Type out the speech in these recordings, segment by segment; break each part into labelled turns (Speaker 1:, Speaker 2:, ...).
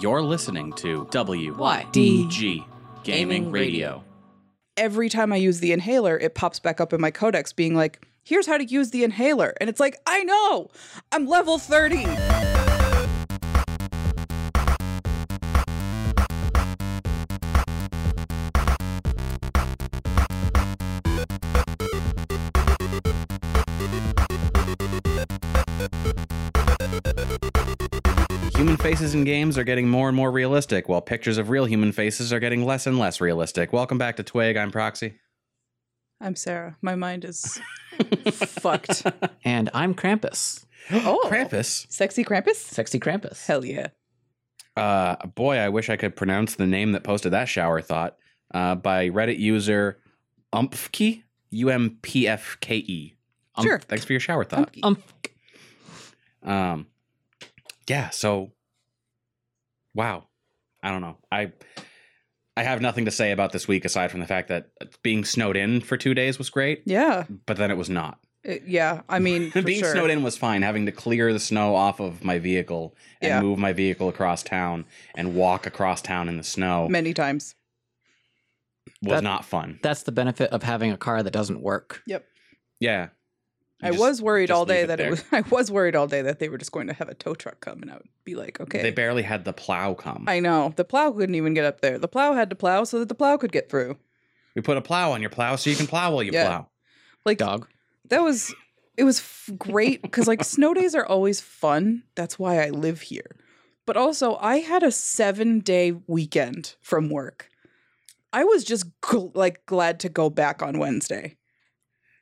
Speaker 1: You're listening to
Speaker 2: Why?
Speaker 1: WYDG Gaming
Speaker 2: Gaming
Speaker 1: Radio.
Speaker 2: Radio.
Speaker 3: Every time I use the inhaler, it pops back up in my codex being like, here's how to use the inhaler. And it's like, I know, I'm level 30.
Speaker 1: Human faces in games are getting more and more realistic, while pictures of real human faces are getting less and less realistic. Welcome back to Twig. I'm Proxy.
Speaker 3: I'm Sarah. My mind is fucked.
Speaker 2: And I'm Krampus.
Speaker 3: Oh.
Speaker 1: Krampus.
Speaker 3: Sexy Krampus?
Speaker 2: Sexy Krampus.
Speaker 3: Hell yeah.
Speaker 1: Uh, boy, I wish I could pronounce the name that posted that shower thought uh, by Reddit user Umpfke. U M P F K E. Umph-
Speaker 3: Sure.
Speaker 1: Thanks for your shower thought.
Speaker 3: Umpke.
Speaker 2: Um,
Speaker 1: Um, yeah. So, wow. I don't know. I I have nothing to say about this week aside from the fact that being snowed in for two days was great,
Speaker 3: Yeah.
Speaker 1: but then it was not.
Speaker 3: It- yeah. I mean, for
Speaker 1: being
Speaker 3: sure.
Speaker 1: snowed in was fine. Having to clear the snow off of my vehicle and
Speaker 3: Yeah.
Speaker 1: move my vehicle across town and walk across town in the snow
Speaker 3: many times.
Speaker 1: was
Speaker 2: That-
Speaker 1: not fun.
Speaker 2: that's the benefit of having a car that doesn't work.
Speaker 1: Yeah. You
Speaker 3: I
Speaker 1: just-
Speaker 3: was worried
Speaker 1: just
Speaker 3: all day
Speaker 1: leave it
Speaker 3: that
Speaker 1: there.
Speaker 3: it was. I was worried all day that they were just going to have a tow truck come and I would be like, okay.
Speaker 1: They barely had the plow come.
Speaker 3: I know the plow couldn't even get up there. The plow had to plow so that the plow could get through.
Speaker 1: we put a plow on your plow so you can plow while you
Speaker 3: Yeah.
Speaker 1: plow.
Speaker 3: Like
Speaker 2: Dog.
Speaker 3: that was it was f- great because like snow days are always fun. That's why I live here. But also, I had a seven day weekend from work. I was just gl- like glad to go back on Wednesday.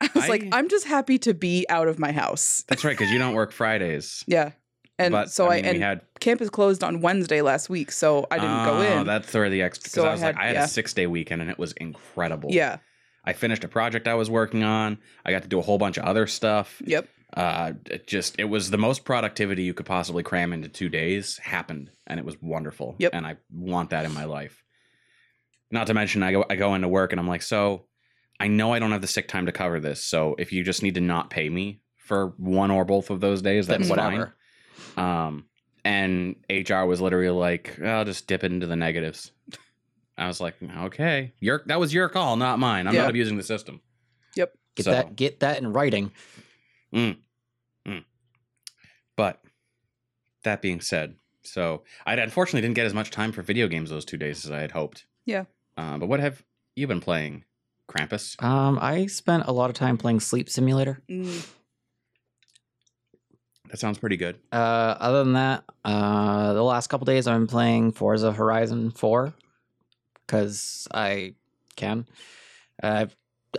Speaker 3: I was like,
Speaker 1: I-
Speaker 3: I'm just happy to be out of my house.
Speaker 1: That's right, because you don't work Fridays.
Speaker 3: Yeah. And
Speaker 1: but,
Speaker 3: so I,
Speaker 1: mean, we
Speaker 3: and
Speaker 1: had
Speaker 3: camp is closed on Wednesday last week, so I didn't go
Speaker 1: Oh,
Speaker 3: in.
Speaker 1: That's where the extra. Because
Speaker 3: So
Speaker 1: I
Speaker 3: I
Speaker 1: was like,
Speaker 3: had-
Speaker 1: I had
Speaker 3: yeah.
Speaker 1: a six day weekend and it was incredible.
Speaker 3: yeah.
Speaker 1: I finished a project I was working on. I got to do a whole bunch of other stuff.
Speaker 3: Yep.
Speaker 1: Uh, it just it was the most productivity you could possibly cram into two days happened, and it was wonderful.
Speaker 3: Yep.
Speaker 1: And I want that in my life. Not to mention, I go I go into work and I'm like, so I know I don't have the sick time to cover this. So if you just need to not pay me for one or both of those days, that's
Speaker 2: That's
Speaker 1: fine.
Speaker 2: whatever.
Speaker 1: Um, and HR was literally like, "I'll just dip it into the negatives." I was like, "Okay, your that was your call, not mine. I'm
Speaker 3: Yeah.
Speaker 1: not abusing the system."
Speaker 3: Yep.
Speaker 2: Get
Speaker 1: So-
Speaker 2: that. Get that in writing.
Speaker 1: But that being said, so I unfortunately didn't get as much time for video games those two days as I had hoped.
Speaker 3: Yeah.
Speaker 1: Uh, but what have you been playing, Krampus?
Speaker 2: Um, I spent a lot of time playing Sleep Simulator.
Speaker 3: Mm.
Speaker 1: That sounds pretty good.
Speaker 2: Uh, other than that, uh, the last couple days I've been playing Forza Horizon Four because I can. Uh,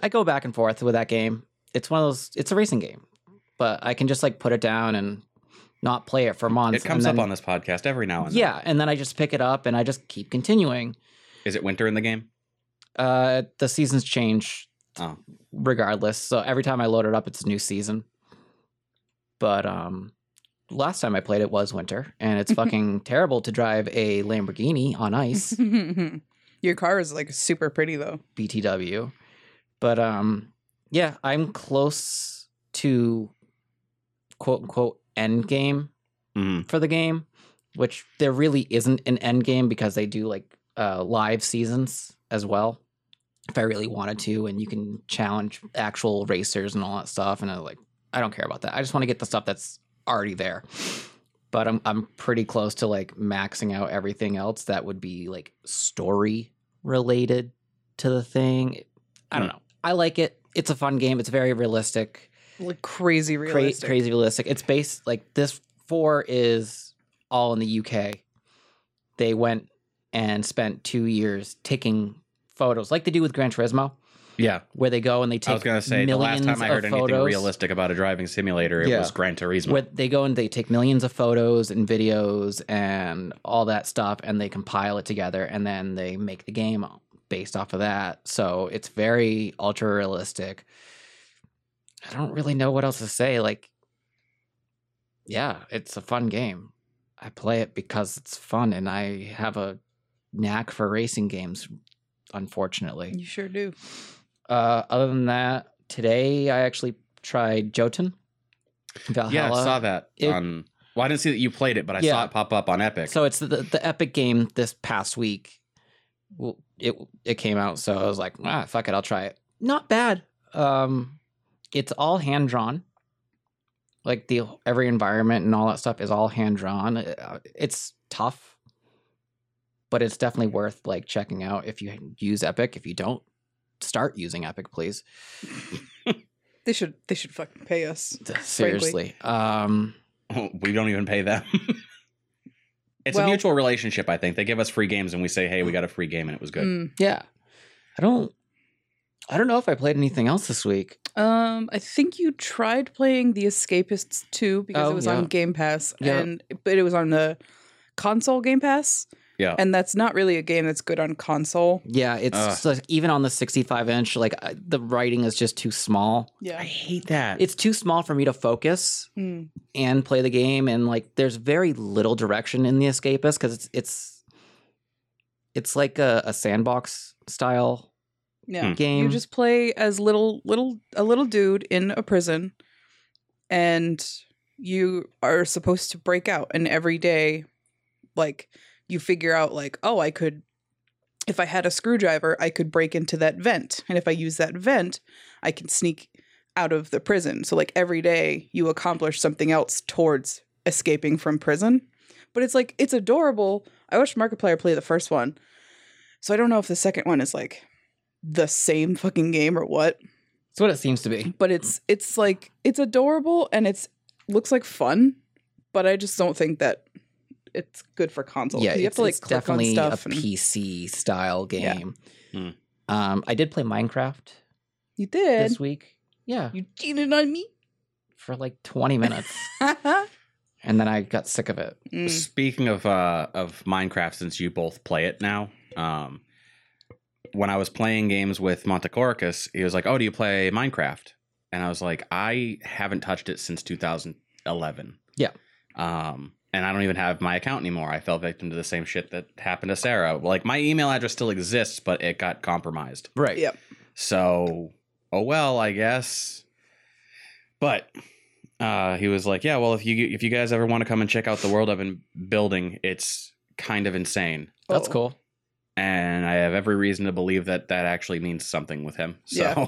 Speaker 2: I go back and forth with that game. It's one of those. It's a racing game, but I can just like put it down and not play it for months.
Speaker 1: it comes
Speaker 2: and
Speaker 1: up
Speaker 2: then-
Speaker 1: on this podcast every now and then.
Speaker 2: Yeah, and then I just pick it up and I just keep continuing.
Speaker 1: Is it winter in the game?
Speaker 2: Uh, the seasons change
Speaker 1: Oh.
Speaker 2: regardless, so every time I load it up, it's a new season. But um, last time I played it was winter, and it's fucking terrible to drive a Lamborghini on ice,
Speaker 3: Your car is like super pretty though.
Speaker 2: BTW. But um, yeah, I'm close to quote unquote end game
Speaker 1: Mhm.
Speaker 2: for the game, which there really isn't an end game because they do like uh, live seasons as well. If I really wanted to, and you can challenge actual racers and all that stuff, and I like I don't care about that. I just want to get the stuff that's already there. But I'm I'm pretty close to like maxing out everything else that would be like story related to the thing. I don't
Speaker 1: Hmm.
Speaker 2: know. I like it. It's a fun game. It's very realistic
Speaker 3: Like crazy
Speaker 2: cra-
Speaker 3: realistic.
Speaker 2: crazy realistic. It's based like this four is all in the UK. They went and spent two years taking photos, like they do with Gran Turismo,
Speaker 1: Yeah.
Speaker 2: where they go and they take.
Speaker 1: I was gonna say the last
Speaker 2: millions
Speaker 1: time I
Speaker 2: of
Speaker 1: heard anything
Speaker 2: photos,
Speaker 1: realistic about a driving simulator, it
Speaker 2: Yeah.
Speaker 1: was Gran Turismo.
Speaker 2: where they go and they take millions of photos and videos and all that stuff, and they compile it together, and then they make the game based off of that. So it's very ultra realistic. I don't really know what else to say. Like, yeah, it's a fun game. I play it because it's fun, and I have a knack for racing games, unfortunately.
Speaker 3: You sure do.
Speaker 2: Uh, other than that, today I actually tried Jotun. Valhalla.
Speaker 1: yeah, I saw that
Speaker 2: It-
Speaker 1: on. Well, I didn't see that you played it, but I
Speaker 2: Yeah.
Speaker 1: saw it pop up on Epic.
Speaker 2: So it's the the Epic game this past week. Well, it it came out, so I was like, ah, fuck it, I'll try it. Not bad. Um, it's all hand drawn. Like the every environment and all that stuff is all hand drawn. It's tough, but it's definitely worth like checking out if you use Epic. If you don't, start using Epic, please.
Speaker 3: They should they should fucking pay us.
Speaker 2: Seriously. Um,
Speaker 1: we don't even pay them. it's
Speaker 3: Well-
Speaker 1: a mutual relationship, I think. They give us free games and we say, hey, we got a free game and it was good.
Speaker 3: Mm.
Speaker 2: yeah. I don't. I don't know if I played anything else this week.
Speaker 3: Um, I think you tried playing The Escapists 2 because
Speaker 2: Oh,
Speaker 3: it was
Speaker 2: yeah.
Speaker 3: on Game Pass,
Speaker 2: Yeah.
Speaker 3: and but it was on the console Game Pass,
Speaker 1: Yeah.
Speaker 3: and that's not really a game that's good on console.
Speaker 2: Yeah, it's
Speaker 1: Ugh.
Speaker 2: just like, even on the 65 inch, like I- the writing is just too small.
Speaker 1: I
Speaker 3: Yeah.
Speaker 1: hate that.
Speaker 2: It's too small for me to focus
Speaker 3: Mm.
Speaker 2: and play the game, and like there's very little direction in the Escapist because it's it's it's like a, a sandbox style
Speaker 1: Hmm.
Speaker 3: Yeah.
Speaker 2: game.
Speaker 3: You just play as little little a little dude in a prison, and you are supposed to break out. And every day, like you figure out, like, oh, I could, if I had a screwdriver, I could break into that vent, and if I use that vent, I can sneak out of the prison. So like every day, you accomplish something else towards escaping from prison. But it's like it's adorable. I watched Markiplier play the first one, so I don't know if the second one is like the same fucking game or what
Speaker 2: it's what it seems to be.
Speaker 3: but it's it's like it's adorable and it's looks like fun but i just don't think that it's good for console
Speaker 2: yeah,
Speaker 3: 'cause
Speaker 2: it's,
Speaker 3: you have to like
Speaker 2: it's
Speaker 3: click on
Speaker 2: definitely
Speaker 3: stuff
Speaker 2: a
Speaker 3: and
Speaker 2: PC style
Speaker 3: Yeah.
Speaker 2: game.
Speaker 1: Hmm.
Speaker 2: Um, I did play Minecraft
Speaker 3: you did
Speaker 2: this week. Yeah,
Speaker 3: you cheated on me
Speaker 2: for like 20 minutes, and then I got sick of it.
Speaker 3: Mm.
Speaker 1: Speaking of uh, of Minecraft, since you both play it now, um, when I was playing games with Montecoricus, he was like, "Oh, do you play Minecraft?" And I was like, "I haven't touched it since 2011."
Speaker 2: Yeah.
Speaker 1: Um, and I don't even have my account anymore. I fell victim to the same shit that happened to Sarah. Like my email address still exists, but it got compromised.
Speaker 2: Right.
Speaker 3: Yeah.
Speaker 1: So, oh well, I guess. But uh, he was like, "Yeah, well, if you if you guys ever want to come and check out the world I've been building, it's kind of insane."
Speaker 2: That's
Speaker 3: Oh.
Speaker 2: cool.
Speaker 1: And I have every reason to believe that that actually means something with him. So,
Speaker 3: Yeah.
Speaker 1: yeah,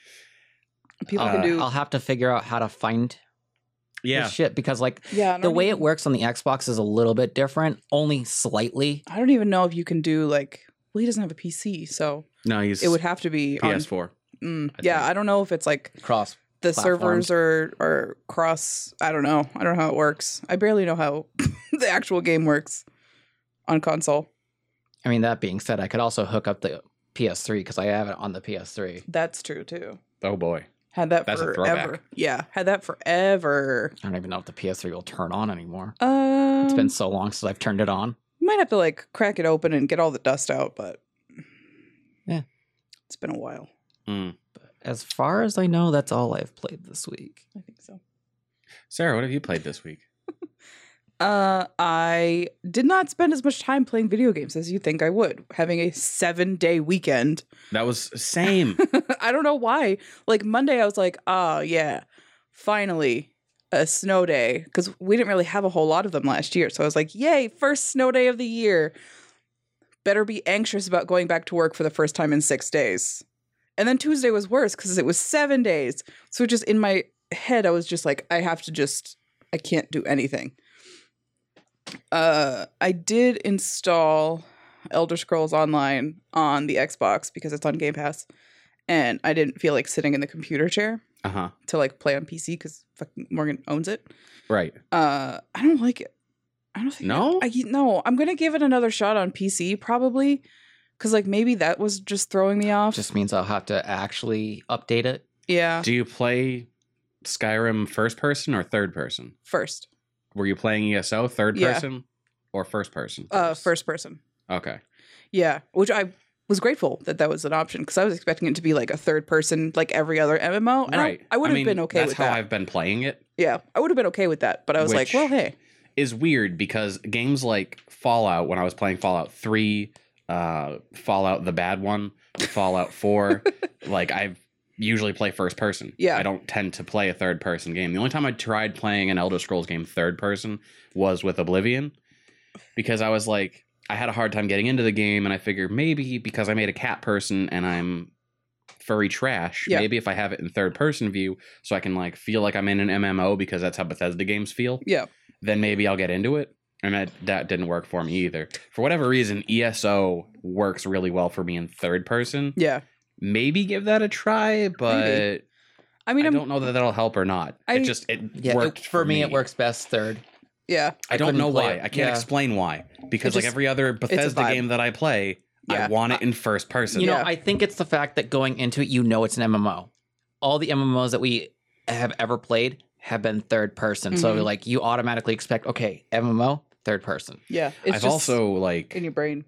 Speaker 3: Oh, people
Speaker 2: I'll,
Speaker 3: can do
Speaker 2: I'll have to figure out how to find this shit because like
Speaker 3: yeah I
Speaker 2: the
Speaker 3: don't
Speaker 2: way
Speaker 3: even-
Speaker 2: it works on the Xbox is a little bit different, only slightly.
Speaker 3: i don't even know if you can do like well he doesn't have a pc so
Speaker 1: no, he's
Speaker 3: it would have to be on
Speaker 1: PS4.
Speaker 3: mm,
Speaker 1: I
Speaker 3: yeah
Speaker 1: think.
Speaker 3: i don't know if it's like
Speaker 2: Cross.
Speaker 3: the
Speaker 2: Platforms.
Speaker 3: servers are are cross i don't know i don't know how it works i barely know how the actual game works on console
Speaker 2: I mean, that being said, I could also hook up the PS3 because I have it on the PS3.
Speaker 3: that's true too
Speaker 1: Oh boy,
Speaker 3: had that
Speaker 1: That's a
Speaker 3: forever
Speaker 1: throwback.
Speaker 3: yeah had that forever
Speaker 2: I don't even know if the PS3 will turn on anymore.
Speaker 3: um
Speaker 2: it's been so long since I've turned it on.
Speaker 3: you might have to like crack it open and get all the dust out but
Speaker 2: Yeah.
Speaker 3: it's been a while
Speaker 1: Mm.
Speaker 2: But as far as I know, that's all I've played this week.
Speaker 3: i think so
Speaker 1: Sarah, what have you played this week?
Speaker 3: uh i did not spend as much time playing video games as you think i would having a seven day weekend
Speaker 1: That was same.
Speaker 3: I don't know why. Like Monday, I was like, oh, yeah, finally a snow day because we didn't really have a whole lot of them last year. So I was like, yay, first snow day of the year. Better be anxious about going back to work for the first time in six days. And then Tuesday was worse because it was seven days. So just in my head, I was just like, I have to just, I can't do anything. Uh, I did install Elder Scrolls Online on the Xbox because it's on Game Pass and I didn't feel like sitting in the computer chair
Speaker 1: uh huh.
Speaker 3: to like play on PC because fucking Morgan owns it.
Speaker 1: Right.
Speaker 3: Uh, I don't like it. I don't think
Speaker 1: No?
Speaker 3: I, no, I'm gonna give it another shot on PC probably because like maybe that was just throwing me off.
Speaker 2: Just means I'll have to actually update it.
Speaker 3: yeah,
Speaker 1: Do you play Skyrim first person or third person?
Speaker 3: first,
Speaker 1: Were you playing ESO third
Speaker 3: Yeah.
Speaker 1: person or first person?
Speaker 3: uh, first person.
Speaker 1: Okay.
Speaker 3: Yeah, which I was grateful that that was an option because I was expecting it to be like a third person, like every other MMO, and I-
Speaker 1: right.
Speaker 3: I, would have
Speaker 1: mean,
Speaker 3: been okay
Speaker 1: That's
Speaker 3: with
Speaker 1: how
Speaker 3: that.
Speaker 1: I've been playing it.
Speaker 3: yeah, I would have been okay with that, but I was like,
Speaker 1: Which-
Speaker 3: well, hey,
Speaker 1: Is weird because games like Fallout, when I was playing Fallout Three, uh, Fallout the bad one, Fallout Four, like I've usually play first person.
Speaker 3: Yeah.
Speaker 1: I don't tend to play a third person game. The only time I tried playing an Elder Scrolls game third person was with Oblivion because I was like, I had a hard time getting into the game, and I figured maybe because I made a cat person and I'm furry trash,
Speaker 3: Yeah.
Speaker 1: maybe if I have it in third person view so I can like feel like I'm in an MMO because that's how Bethesda games feel,
Speaker 3: Yeah.
Speaker 1: then maybe I'll get into it. And that, that didn't work for me either. For whatever reason, ESO works really well for me in third person
Speaker 3: Yeah.
Speaker 1: maybe give that a try, but
Speaker 3: Maybe. I
Speaker 1: I,
Speaker 3: mean, I am
Speaker 1: don't know that that'll help or not.
Speaker 3: I-
Speaker 1: it just it
Speaker 2: Yeah, it-
Speaker 1: worked
Speaker 2: for me. It works best third.
Speaker 3: yeah.
Speaker 1: I
Speaker 2: couldn't
Speaker 1: don't know
Speaker 2: play
Speaker 1: why.
Speaker 2: it.
Speaker 1: I can't
Speaker 2: Yeah.
Speaker 1: explain why because
Speaker 3: It
Speaker 1: like
Speaker 3: just-
Speaker 1: every other Bethesda
Speaker 3: vibe.
Speaker 1: game that I play,
Speaker 3: Yeah.
Speaker 1: I want it in first person.
Speaker 2: You know,
Speaker 3: Yeah.
Speaker 2: I think it's the fact that going into it, you know, it's an MMO. All the MMOs that we have ever played have been third person, so
Speaker 3: Mhm.
Speaker 2: like you automatically expect, okay, MMO, third person.
Speaker 3: Yeah. It's
Speaker 1: I've
Speaker 3: just
Speaker 1: also like
Speaker 3: in your brain.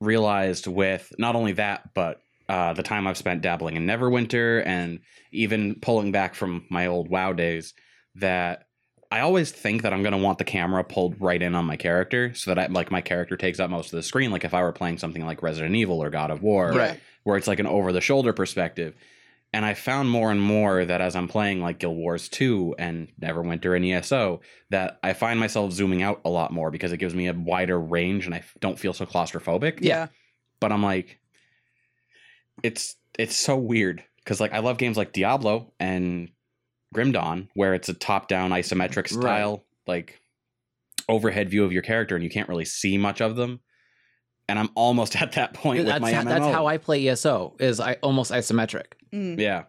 Speaker 1: realized with not only that, but uh, the time I've spent dabbling in Neverwinter and even pulling back from my old WoW days, that I always think that I'm going to want the camera pulled right in on my character so that I, like my character takes up most of the screen. Like if I were playing something like Resident Evil or God of War,
Speaker 3: Yeah.
Speaker 1: where it's like an over the shoulder perspective. And I found more and more that as I'm playing like Guild Wars 2 and Neverwinter and ESO, that I find myself zooming out a lot more because it gives me a wider range and I f- don't feel so claustrophobic
Speaker 3: Yeah.
Speaker 1: but I'm like, it's it's so weird because like I love games like Diablo and Grim Dawn where it's a top-down isometric
Speaker 2: Right.
Speaker 1: style like overhead view of your character and you can't really see much of them. And I'm almost at that point with
Speaker 2: That's
Speaker 1: my
Speaker 2: how,
Speaker 1: MMO.
Speaker 2: that's how I play ESO. Is I almost isometric.
Speaker 3: Mm,
Speaker 1: yeah.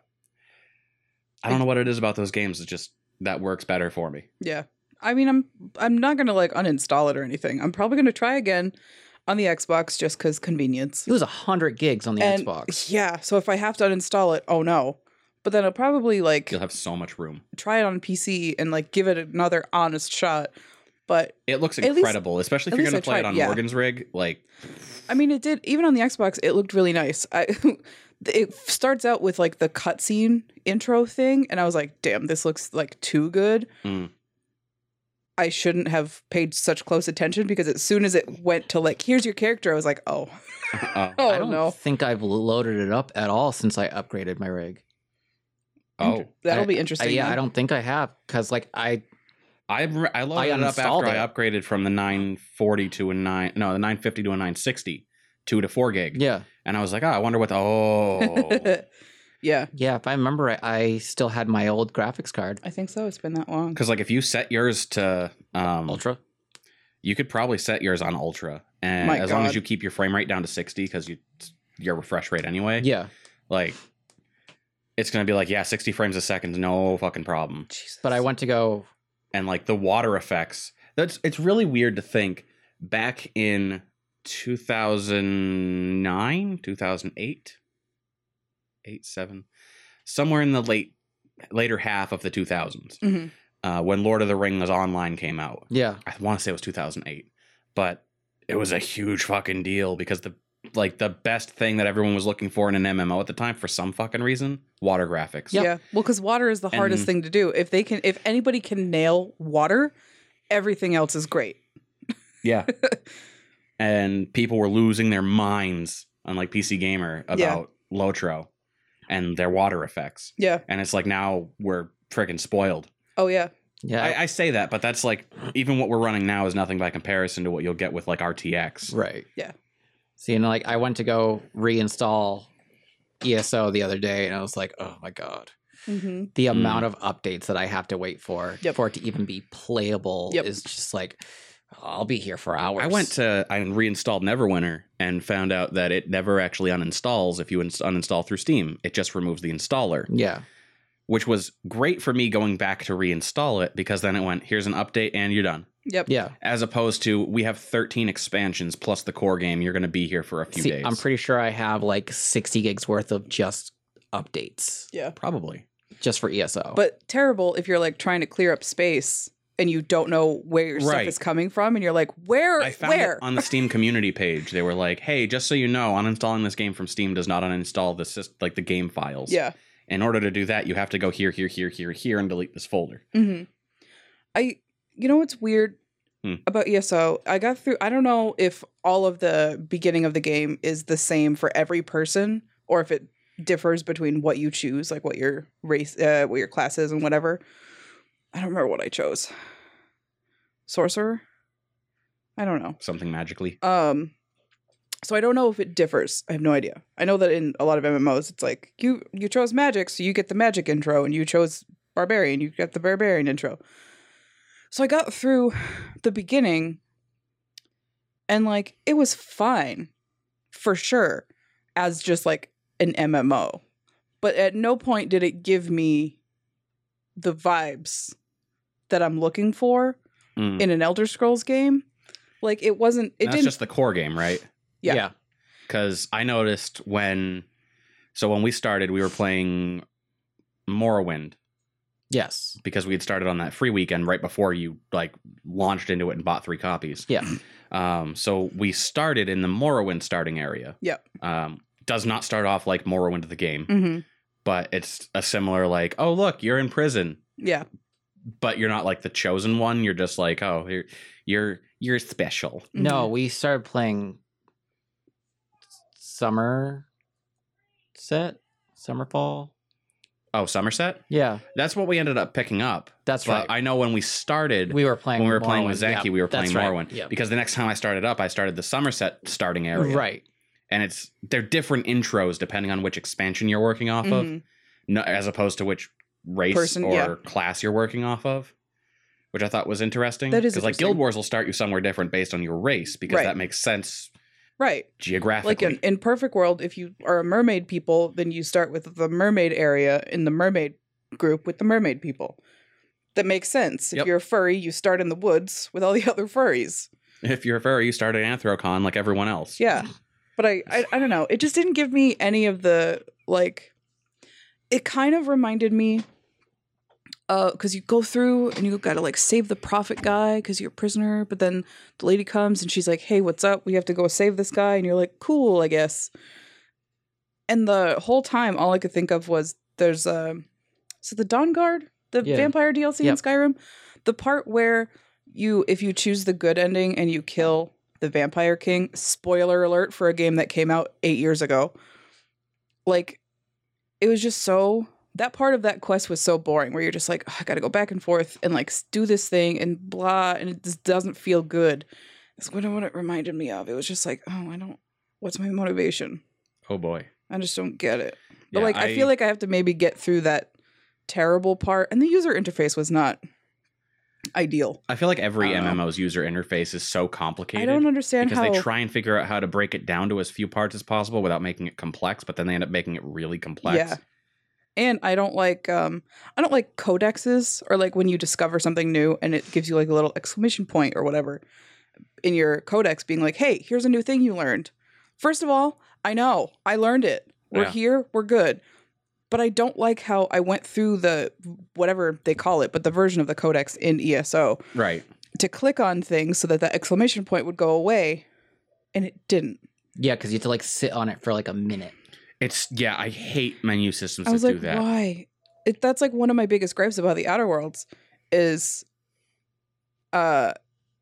Speaker 1: I don't know what it is about those games. It's just that works better for me.
Speaker 3: yeah. I mean, I'm I'm not gonna like uninstall it or anything. I'm probably gonna try again on the Xbox just because convenience.
Speaker 2: It was hundred gigs on the
Speaker 3: And-
Speaker 2: Xbox.
Speaker 3: Yeah. So if I have to uninstall it, oh no. But then I'll probably like
Speaker 1: You'll have so much room.
Speaker 3: try it on PC and like give it another honest shot. But
Speaker 1: It looks
Speaker 3: At least-
Speaker 1: incredible, especially
Speaker 3: at
Speaker 1: if you're
Speaker 3: least
Speaker 1: going to play it
Speaker 3: I tried,
Speaker 1: on
Speaker 3: yeah.
Speaker 1: Morgan's rig. Like,
Speaker 3: I mean, it did even on the Xbox. It looked really nice. I, it starts out with like the cutscene intro thing, and I was like, "Damn, this looks like too good."
Speaker 1: Mm.
Speaker 3: I shouldn't have paid such close attention because as soon as it went to like, "Here's your character," I was like, "Oh,
Speaker 1: uh,
Speaker 3: oh
Speaker 2: I don't
Speaker 3: no,
Speaker 2: think I've loaded it up at all since I upgraded my rig.
Speaker 1: oh,
Speaker 3: that'll
Speaker 2: I-
Speaker 3: be
Speaker 2: I-
Speaker 3: interesting."
Speaker 2: yeah,
Speaker 3: then.
Speaker 2: I don't think I have because like I
Speaker 1: I re- I loaded
Speaker 2: I
Speaker 1: it up
Speaker 2: uninstalled
Speaker 1: after I
Speaker 2: it.
Speaker 1: upgraded from the 940 to a nine no the 950 to a 960 two to four gig
Speaker 2: yeah
Speaker 1: and I was like oh I wonder what the oh
Speaker 3: yeah,
Speaker 2: yeah if I remember right, I still had my old graphics card
Speaker 3: I think so. It's been that long.
Speaker 1: because like if you set yours to um
Speaker 2: Ultra.
Speaker 1: you could probably set yours on ultra and
Speaker 3: My
Speaker 1: as long
Speaker 3: God.
Speaker 1: as you keep your frame rate down to 60 because you your refresh rate anyway
Speaker 2: Yeah,
Speaker 1: like it's gonna be like yeah 60 frames a second no fucking problem
Speaker 3: Jesus.
Speaker 2: but I went to go
Speaker 1: and like the water effects. That's it's really weird to think back in 2009, 2008, 8 7 somewhere in the late later half of the 2000s
Speaker 3: Mhm.
Speaker 1: uh, when Lord of the Rings online came out.
Speaker 2: yeah
Speaker 1: I want to say it was 2008, but it was a huge fucking deal because the like the best thing that everyone was looking for in an MMO at the time for some fucking reason, water graphics.
Speaker 3: Yeah. Well, because water is the hardest
Speaker 1: And-
Speaker 3: thing to do. If they can, if anybody can nail water, everything else is great.
Speaker 1: Yeah. and people were losing their minds on like PC Gamer about
Speaker 3: Yeah.
Speaker 1: Lotro and their water effects.
Speaker 3: Yeah.
Speaker 1: And it's like now we're freaking spoiled.
Speaker 3: Oh yeah.
Speaker 2: yeah
Speaker 1: I, I say that, but that's like even what we're running now is nothing by comparison to what you'll get with like RTX.
Speaker 2: right
Speaker 3: Yeah.
Speaker 2: See, and like I went to go reinstall ESO the other day, and I was like, oh my god,
Speaker 3: Mm-hmm.
Speaker 2: the
Speaker 1: Mm.
Speaker 2: amount of updates that I have to wait for
Speaker 3: Yep.
Speaker 2: for it to even be playable
Speaker 3: Yep.
Speaker 2: is just like I'll be here for hours.
Speaker 1: I went to I reinstalled Neverwinter and found out that it never actually uninstalls if you ins- uninstall through Steam. It just removes the installer.
Speaker 2: yeah
Speaker 1: Which was great for me going back to reinstall it because then it went, here's an update and you're done.
Speaker 3: Yep.
Speaker 2: yeah.
Speaker 1: as opposed to we have 13 expansions plus the core game you're going to be here for a few
Speaker 2: See,
Speaker 1: days
Speaker 2: I'm pretty sure I have like 60 gigs worth of just updates
Speaker 3: Yeah.
Speaker 1: probably
Speaker 2: just for E ESO.
Speaker 3: But terrible if you're like trying to clear up space and you don't know where your stuff
Speaker 1: Right.
Speaker 3: is coming from, and you're like, where,
Speaker 1: i found
Speaker 3: where?
Speaker 1: it on the steam community page they were like hey just so you know uninstalling this game from steam does not uninstall the sys- like the game files
Speaker 3: yeah.
Speaker 1: in order to do that you have to go here here here here here and delete this folder
Speaker 3: hmm I, you know what's weird
Speaker 1: Hmm.
Speaker 3: about ESO? I got through, I don't know if all of the beginning of the game is the same for every person or if it differs between what you choose, like what your race, uh, what your class is, and whatever. I don't remember what I chose. Sorcerer. I don't know.
Speaker 1: Something magically.
Speaker 3: Um, so I don't know if it differs. I have no idea. I know that in a lot of MMOs, it's like you you chose magic, so you get the magic intro, and you chose barbarian, you get the barbarian intro. So I got through the beginning, and like it was fine, for sure, as just like an MMO, but at no point did it give me the vibes that I'm looking for
Speaker 1: Mm.
Speaker 3: in an Elder Scrolls game. Like it wasn't. It
Speaker 1: That's
Speaker 3: didn't.
Speaker 1: just the core game, right?
Speaker 3: Yeah.
Speaker 1: Because I noticed when, so when we started, we were playing Morrowind
Speaker 2: Yes.
Speaker 1: because we had started on that free weekend right before you like launched into it and bought three copies.
Speaker 2: Yeah.
Speaker 1: Um, so we started in the Morrowind starting area.
Speaker 3: Yep.
Speaker 1: Um, does not start off like Morrowind the game,
Speaker 2: Mm.
Speaker 3: hmm
Speaker 1: but it's a similar like, oh look, you're in prison,
Speaker 3: Yeah.
Speaker 1: but you're not like the chosen one. You're just like, oh, you're you're you're special.
Speaker 3: Mm-hmm.
Speaker 2: No, we started playing summer set, summerfall.
Speaker 1: Oh, Somerset.
Speaker 2: Yeah,
Speaker 1: That's what we ended up picking up.
Speaker 2: that's
Speaker 1: But
Speaker 2: right.
Speaker 1: I know when we started,
Speaker 2: we were playing
Speaker 1: when we were playing with
Speaker 2: Morrowind.
Speaker 1: Zaki,
Speaker 2: Yeah,
Speaker 1: we were playing
Speaker 2: that's right.
Speaker 1: Morrowind
Speaker 2: Yeah.
Speaker 1: because the next time I started up, I started the Somerset starting area,
Speaker 2: Right.
Speaker 1: And it's they're different intros depending on which expansion you're working off of,
Speaker 3: Mhm.
Speaker 1: no, as opposed to which race
Speaker 3: Person,
Speaker 1: or
Speaker 3: yeah.
Speaker 1: class you're working off of, which I thought was interesting.
Speaker 3: That is
Speaker 1: because like
Speaker 3: interesting.
Speaker 1: Guild Wars will start you somewhere different based on your race because
Speaker 3: Right.
Speaker 1: that makes sense
Speaker 3: Right. Like
Speaker 1: geographically.
Speaker 3: in, in Perfect World, if you are a mermaid people, then you start with the mermaid area in the mermaid group with the mermaid people. That makes sense. If
Speaker 1: Yep.
Speaker 3: you're a furry, you start in the woods with all the other furries.
Speaker 1: if you're a furry, you start at Anthrocon like everyone else.
Speaker 3: Yeah. But I, I I don't know. It just didn't give me any of the like it kind of reminded me uh cuz you go through and you got to like save the prophet guy cuz you're a prisoner, but then the lady comes and she's like, "Hey, what's up? We have to go save this guy." And you're like, "Cool, I guess." And the whole time all I could think of was there's um so the Dawn Guard, the
Speaker 2: Yeah.
Speaker 3: vampire DLC
Speaker 2: Yep.
Speaker 3: in Skyrim, the part where you if you choose the good ending and you kill the vampire king spoiler alert for a game that came out eight years ago like it was just so that part of that quest was so boring where you're just like "Ugh, i gotta go back and forth and like s- do this thing and blah and it just doesn't feel good that's kind of what it reminded me of it was just like oh i don't what's my motivation
Speaker 1: Oh boy.
Speaker 3: i just don't get it but
Speaker 1: Yeah,
Speaker 3: like I feel like i have to maybe get through that terrible part and the user interface was not ideal
Speaker 1: I feel like every
Speaker 3: I don't know.
Speaker 1: MMO's user interface is so complicated.
Speaker 3: I don't understand
Speaker 1: because
Speaker 3: how.
Speaker 1: they try and figure out how to break it down to as few parts as possible without making it complex, but then they end up making it really complex.
Speaker 3: Yeah. and I don't like um I don't like codexes or like when you discover something new and it gives you like a little exclamation point or whatever in your codex being like, "Hey, here's a new thing you learned." First of all, I know. I learned it. We're
Speaker 1: Yeah.
Speaker 3: here. We're good. But I don't like how I went through the whatever they call it, but the version of the codex in ESO
Speaker 1: Right.
Speaker 3: to click on things so that that exclamation point would go away and it didn't.
Speaker 2: Yeah, because you have to like sit on it for like a minute.
Speaker 1: It's yeah, I hate menu systems
Speaker 3: I
Speaker 1: that
Speaker 3: was
Speaker 1: do
Speaker 3: like,
Speaker 1: that.
Speaker 3: why? It, that's like one of my biggest gripes about the Outer Worlds is, uh,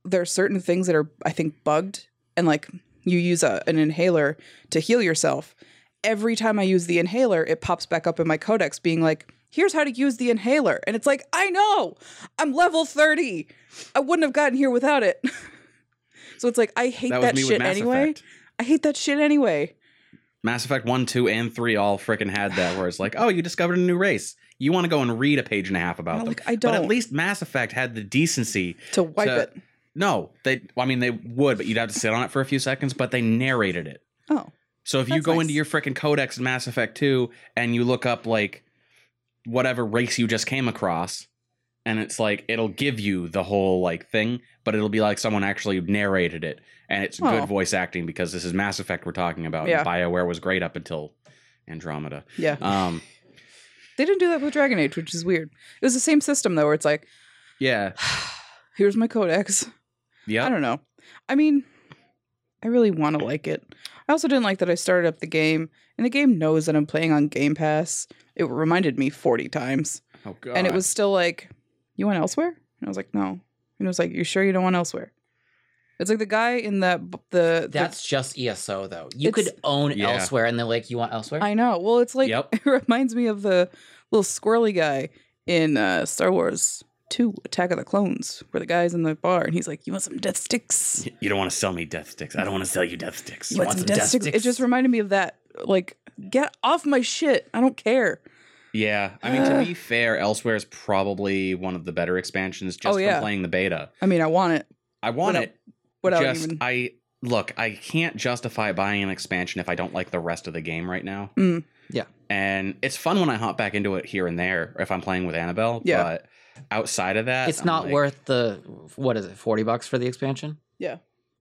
Speaker 3: there are certain things that are I think bugged, and like you use a, an inhaler to heal yourself. Every time I use the inhaler, it pops back up in my codex, being like, "Here's how to use the inhaler," and it's like, I know, I'm level thirty. I wouldn't have gotten here without it. so it's like I hate that, shit anyway.
Speaker 1: Effect.
Speaker 3: I hate that shit anyway.
Speaker 1: Mass Effect 1, 2, and 3 all freaking had that where it's like, oh, you discovered a new race. You want to go and read a page and a half about
Speaker 3: I'm
Speaker 1: them.
Speaker 3: like I
Speaker 1: But
Speaker 3: don't
Speaker 1: at least Mass Effect had the decency.
Speaker 3: to wipe
Speaker 1: to-
Speaker 3: it.
Speaker 1: No, they I mean they would, but you'd have to sit on it for a few seconds, but they narrated it.
Speaker 3: Oh,
Speaker 1: So if you
Speaker 3: That's
Speaker 1: go
Speaker 3: nice.
Speaker 1: into your freaking codex in Mass Effect 2 and you look up like whatever race you just came across, and it's like it'll give you the whole like thing, but it'll be like someone actually narrated it. And it's
Speaker 3: Oh.
Speaker 1: good voice acting because this is Mass Effect we're talking about.
Speaker 3: Yeah.
Speaker 1: And BioWare was great up until Andromeda.
Speaker 3: yeah.
Speaker 1: Um
Speaker 3: They didn't do that with Dragon Age, which is weird. It was the same system though, where it's like,
Speaker 1: yeah.
Speaker 3: here's my codex. I
Speaker 1: Yeah.
Speaker 3: don't know. I mean, I really want to like it. I also didn't like that I started up the game, and the game knows that I'm playing on Game Pass. It reminded me 40 times,
Speaker 1: Oh god.
Speaker 3: and it was still like, "You want elsewhere?" And I was like, "No." And it was like, "You sure you don't want elsewhere?" It's like the guy in the the, the-
Speaker 2: That's just ESO though. You could
Speaker 3: It's-
Speaker 2: own
Speaker 1: Yeah.
Speaker 2: elsewhere, and they're like, "You want elsewhere?"
Speaker 3: I know. Well, it's like
Speaker 1: Yep.
Speaker 3: it reminds me of the little squirrely guy in uh, Star Wars Two: Attack of the Clones, where the guy's in the bar and he's like, "You want some death sticks?
Speaker 1: You don't want to sell me death sticks. I don't want to sell you death sticks.
Speaker 3: You
Speaker 2: want some death
Speaker 3: It
Speaker 2: sticks?
Speaker 3: just reminded me of that. Like, get off my shit. I don't care.
Speaker 1: Yeah, I mean to be fair, Elsewhere is probably one of the better expansions just
Speaker 3: Oh, yeah.
Speaker 1: from playing the beta.
Speaker 3: I mean, I want it.
Speaker 1: I want
Speaker 3: Without-
Speaker 1: it.
Speaker 3: Without
Speaker 1: just
Speaker 3: even.
Speaker 1: I look, I can't justify buying an expansion if I don't like the rest of the game right now.
Speaker 3: Mm.
Speaker 2: Yeah.
Speaker 1: and it's fun when I hop back into it here and there if I'm playing with Annabelle.
Speaker 3: Yeah.
Speaker 1: but outside of that,
Speaker 2: it's
Speaker 1: I'm
Speaker 2: not
Speaker 1: like-
Speaker 2: worth the what is it, forty bucks for the expansion?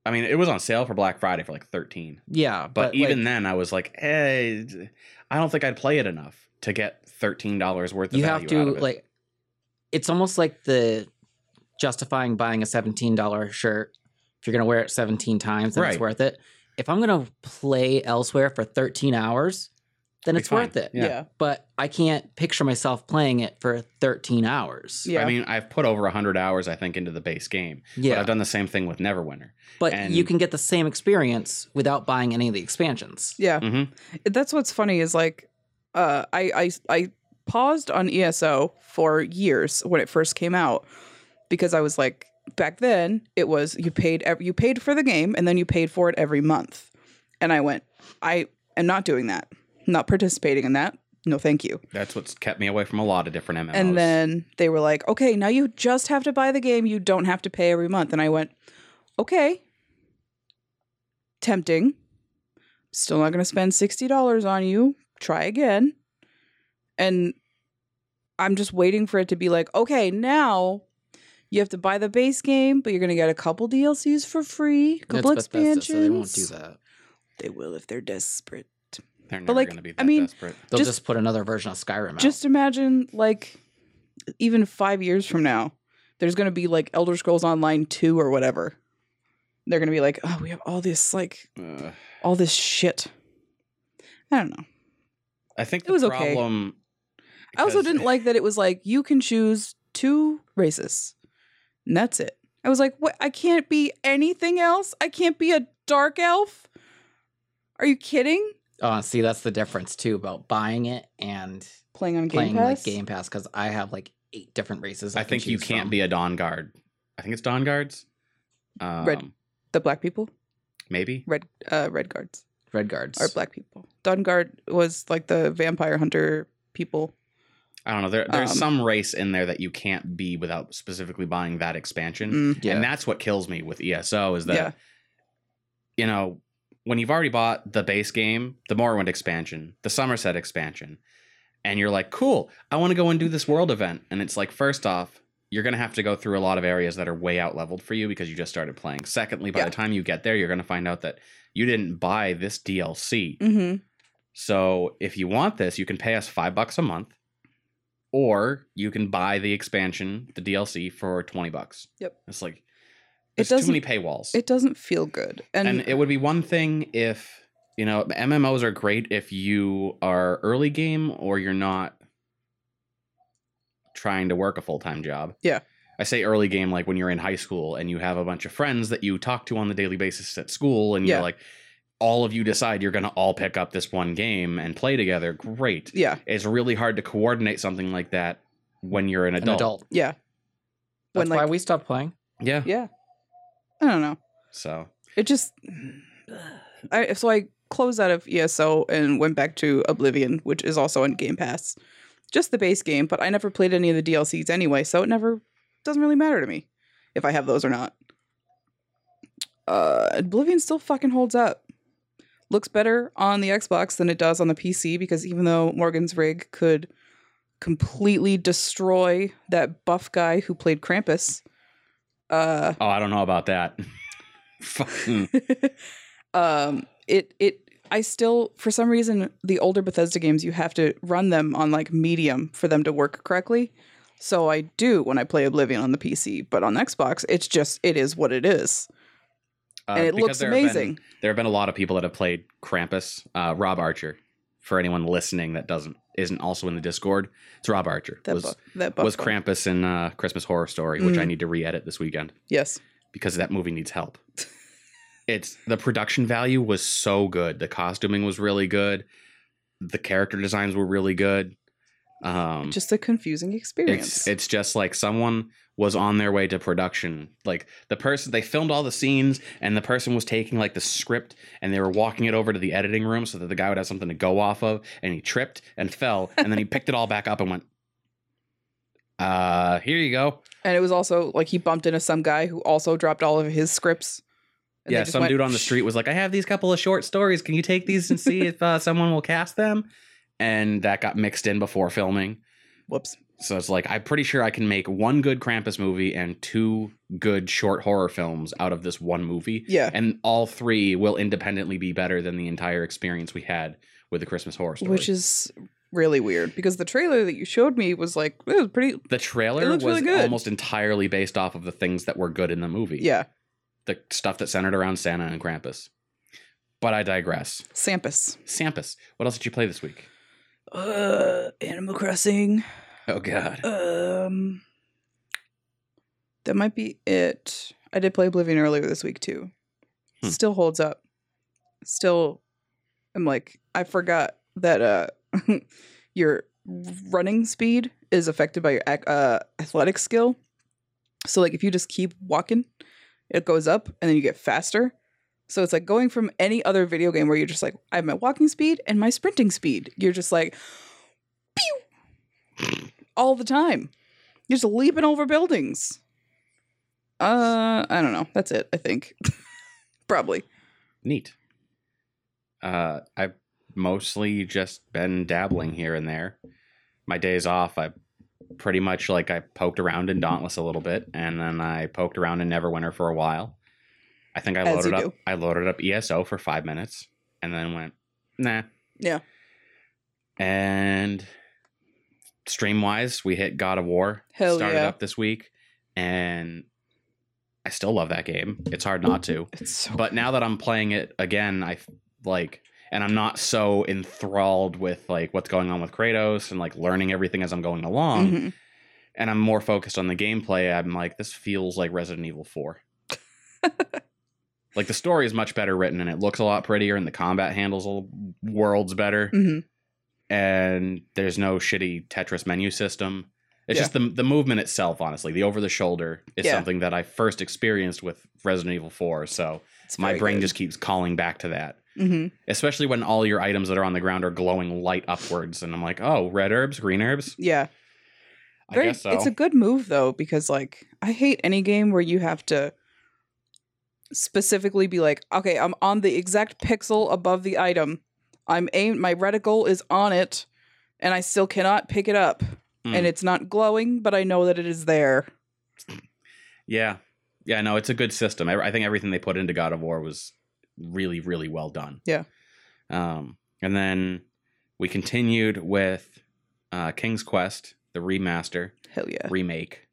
Speaker 1: I mean, it was on sale for Black Friday for like thirteen,
Speaker 2: Yeah,
Speaker 1: but,
Speaker 2: but,
Speaker 1: even
Speaker 2: like,
Speaker 1: then, I was like, hey, I don't think I'd play it enough to get thirteen dollars worth. Of
Speaker 2: you have
Speaker 1: value out
Speaker 2: to
Speaker 1: of it.
Speaker 2: like. It's almost like the justifying buying a seventeen dollar shirt if you're gonna wear it seventeen times, then it's
Speaker 1: Right.
Speaker 2: worth it. If I'm gonna play elsewhere for thirteen hours, then
Speaker 1: Be
Speaker 2: it's
Speaker 1: fine.
Speaker 2: worth it.
Speaker 1: Yeah.
Speaker 3: yeah.
Speaker 2: But I can't picture myself playing it for thirteen hours.
Speaker 3: Yeah.
Speaker 1: I mean, I've put over hundred hours, I think, into the base game. But
Speaker 2: yeah.
Speaker 1: I've done the same thing with Neverwinter.
Speaker 2: but
Speaker 1: and-
Speaker 2: you can get the same experience without buying any of the expansions.
Speaker 3: Yeah.
Speaker 1: Mhm.
Speaker 3: That's what's funny is like uh I I I paused on ESO for years when it first came out because I was like back then it was you paid ev- you paid for the game and then you paid for it every month. And I went I am not doing that. Not participating in that. No, thank you.
Speaker 1: That's what's kept me away from a lot of different MMOs.
Speaker 3: And then they were like, "Okay, now you just have to buy the game. You don't have to pay every month." And I went, "Okay, tempting. Still not going to spend sixty dollars on you. Try again." And I'm just waiting for it to be like, "Okay, now." You have to buy the base game, but you're going to get a couple DLCs for free, a couple
Speaker 2: It's Bethesda,
Speaker 3: expansions.
Speaker 2: so they won't do that.
Speaker 3: They will if they're desperate.
Speaker 1: they're never
Speaker 3: like,
Speaker 1: going to be
Speaker 3: I
Speaker 1: that
Speaker 3: mean,
Speaker 1: desperate.
Speaker 2: They'll
Speaker 3: Just-
Speaker 2: just, put another version of Skyrim out.
Speaker 3: Just imagine, like, even five years from now, there's going to be like Elder Scrolls Online 2 or whatever. They're going to be like, oh, we have all this, like,
Speaker 1: Ugh.
Speaker 3: all this shit. I don't know.
Speaker 1: I think
Speaker 3: It was
Speaker 1: the
Speaker 3: okay.
Speaker 1: problem.
Speaker 3: I also
Speaker 1: because-
Speaker 3: didn't like that it was like, you can choose two races, and that's it. I was like, what? I can't be anything else? I can't be a dark elf? Are you kidding?
Speaker 2: oh, see, that's the difference too about buying it and
Speaker 3: Playing on Game
Speaker 2: playing
Speaker 3: Pass?
Speaker 2: like Game Pass because I have like eight different races.
Speaker 1: I think you can't be a Dawn Guard. I think it's Dawn Guards. Um,
Speaker 3: Red- The black people?
Speaker 1: Maybe.
Speaker 3: Red, uh, red guards.
Speaker 2: red guards.
Speaker 3: are black people. Dungard was like the vampire hunter people.
Speaker 1: I don't know. There, there's
Speaker 3: Um,
Speaker 1: some race in there that you can't be without specifically buying that expansion.
Speaker 3: Mm.
Speaker 2: yeah.
Speaker 1: And that's what kills me with ESO is that,
Speaker 3: Yeah.
Speaker 1: you know, when you've already bought the base game, the Morrowind expansion, the Somerset expansion, and you're like, cool, I want to go and do this world event. And it's like, first off, you're going to have to go through a lot of areas that are way out leveled for you because you just started playing. Secondly, by
Speaker 3: Yeah.
Speaker 1: the time you get there, you're going to find out that you didn't buy this DLC.
Speaker 3: hmm
Speaker 1: So if you want this, you can pay us five bucks a month, or you can buy the expansion, the DLC, for twenty bucks.
Speaker 3: Yep.
Speaker 1: It's like
Speaker 3: It
Speaker 1: there's too
Speaker 3: doesn't-
Speaker 1: many paywalls.
Speaker 3: It doesn't feel good. And,
Speaker 1: and it would be one thing if you know MMOs are great if you are early game or you're not trying to work a full time job.
Speaker 3: Yeah.
Speaker 1: I say early game like when you're in high school and you have a bunch of friends that you talk to on the daily basis at school and
Speaker 3: Yeah.
Speaker 1: you're like all of you decide you're going to all pick up this one game and play together. Great.
Speaker 3: yeah,
Speaker 1: It's really hard to coordinate something like that when you're an
Speaker 2: an
Speaker 1: adult.
Speaker 2: adult.
Speaker 3: yeah.
Speaker 2: That's
Speaker 3: When, like-
Speaker 2: why we stopped playing.
Speaker 1: Yeah.
Speaker 3: Yeah. I don't know.
Speaker 1: So,
Speaker 3: It just I so I closed out of ESO and went back to Oblivion, which is also on Game Pass. Just the base game, but I never played any of the DLCs anyway, so it never doesn't really matter to me if I have those or not. Uh Oblivion still fucking holds up. Looks better on the Xbox than it does on the PC because even though Morgan's rig could completely destroy that buff guy who played Krampus, uh
Speaker 1: oh, I don't know about that. mm. Fucking
Speaker 3: um it it i still for some reason the older bethesda games you have to run them on like medium for them to work correctly so i do when i play oblivion on the pc but on xbox it's just it is what it is
Speaker 1: Uh,
Speaker 3: and it
Speaker 1: because
Speaker 3: looks
Speaker 1: there have been-
Speaker 3: amazing
Speaker 1: there have been a lot of people that have played Krampus. Uh, Rob Archer, for anyone listening that doesn't isn't also in the Discord, it's Rob Archer.
Speaker 3: that
Speaker 1: was
Speaker 3: buff, that buff
Speaker 1: was
Speaker 3: guy.
Speaker 1: Krampus in uh, Christmas Horror Story, which I
Speaker 3: Mm.
Speaker 1: need to re-edit this weekend.
Speaker 3: yes
Speaker 1: because that movie needs help. it's the production value was so good. The costuming was really good. The character designs were really good. Um,
Speaker 3: Just a confusing experience.
Speaker 1: it's it's just like someone was on their way to production. Like the person they filmed all the scenes and the person was taking like the script and they were walking it over to the editing room so that the guy would have something to go off of and he tripped and fell and then he picked it all back up and went uh here you go.
Speaker 3: and it was also like he bumped into some guy who also dropped all of his scripts. and they
Speaker 1: yeah,
Speaker 3: just
Speaker 1: some
Speaker 3: went,
Speaker 1: dude on the street was like, "I have these couple of short stories. Can you take these and see if uh, someone will cast them?" And that got mixed in before filming.
Speaker 3: Whoops.
Speaker 1: So it's like I'm pretty sure I can make one good Krampus movie and two good short horror films out of this one movie,
Speaker 3: Yeah.
Speaker 1: and all three will independently be better than the entire experience we had with the Christmas Horror Story.
Speaker 3: Which is really weird because the trailer that you showed me was like, it was pretty.
Speaker 1: the trailer
Speaker 3: it
Speaker 1: was
Speaker 3: looks really good.
Speaker 1: almost entirely based off of the things that were good in the movie.
Speaker 3: Yeah.
Speaker 1: the stuff that centered around Santa and Krampus. But I digress.
Speaker 3: Sampus.
Speaker 1: Sampus, what else did you play this week?
Speaker 3: Uh, Animal Crossing.
Speaker 1: Oh God,
Speaker 3: Um, that might be it. I did play Oblivion earlier this week too.
Speaker 1: Hmm.
Speaker 3: Still holds up. Still, I'm like I forgot that uh, your running speed is affected by your ac- uh athletic skill. So like if you just keep walking, it goes up, and then you get faster. So it's like going from any other video game where you're just like I have my walking speed and my sprinting speed. You're just like all the time. You're just leaping over buildings. Uh, I don't know. That's it, I think. Probably.
Speaker 1: neat. Uh, I've mostly just been dabbling here and there. My days off, I pretty much like I poked around in Dauntless a little bit, and then I poked around in Neverwinter for a while. I think I
Speaker 3: As
Speaker 1: loaded
Speaker 3: you
Speaker 1: up.
Speaker 3: do.
Speaker 1: I loaded up ESO for five minutes, and then went nah.
Speaker 3: Yeah.
Speaker 1: And stream wise, we hit God of War.
Speaker 3: Hell
Speaker 1: started
Speaker 3: yeah.
Speaker 1: up this week, and I still love that game. It's hard not to
Speaker 3: It's so
Speaker 1: but now that I'm playing it again, I f- like, and I'm not so enthralled with like what's going on with Kratos and like learning everything as I'm going along,
Speaker 3: Mhm.
Speaker 1: and I'm more focused on the gameplay. I'm like, this feels like Resident Evil Four. like the story is much better written, and it looks a lot prettier, and the combat handles a l- worlds better,
Speaker 3: Mhm.
Speaker 1: and there's no shitty Tetris menu system. It's
Speaker 3: Yeah.
Speaker 1: just the the movement itself, honestly. The over the shoulder is
Speaker 3: Yeah.
Speaker 1: something that I first experienced with Resident Evil Four, so
Speaker 3: It's
Speaker 1: my
Speaker 3: very
Speaker 1: brain
Speaker 3: good.
Speaker 1: just keeps calling back to that
Speaker 3: Mhm.
Speaker 1: especially when all your items that are on the ground are glowing light upwards and i'm like oh red herbs green herbs
Speaker 3: Yeah.
Speaker 1: i
Speaker 3: Very-
Speaker 1: guess so
Speaker 3: It's a good move though, because like I hate any game where you have to specifically be like, okay, I'm on the exact pixel above the item. I'm aimed my reticle is on it, and I still cannot pick it up.
Speaker 1: Mm.
Speaker 3: And it's not glowing, but I know that it is there.
Speaker 1: yeah yeah no it's a good system i I think everything they put into god of war was really really well done
Speaker 3: Yeah.
Speaker 1: um and then we continued with uh king's quest the remaster
Speaker 3: Hell yeah.
Speaker 1: remake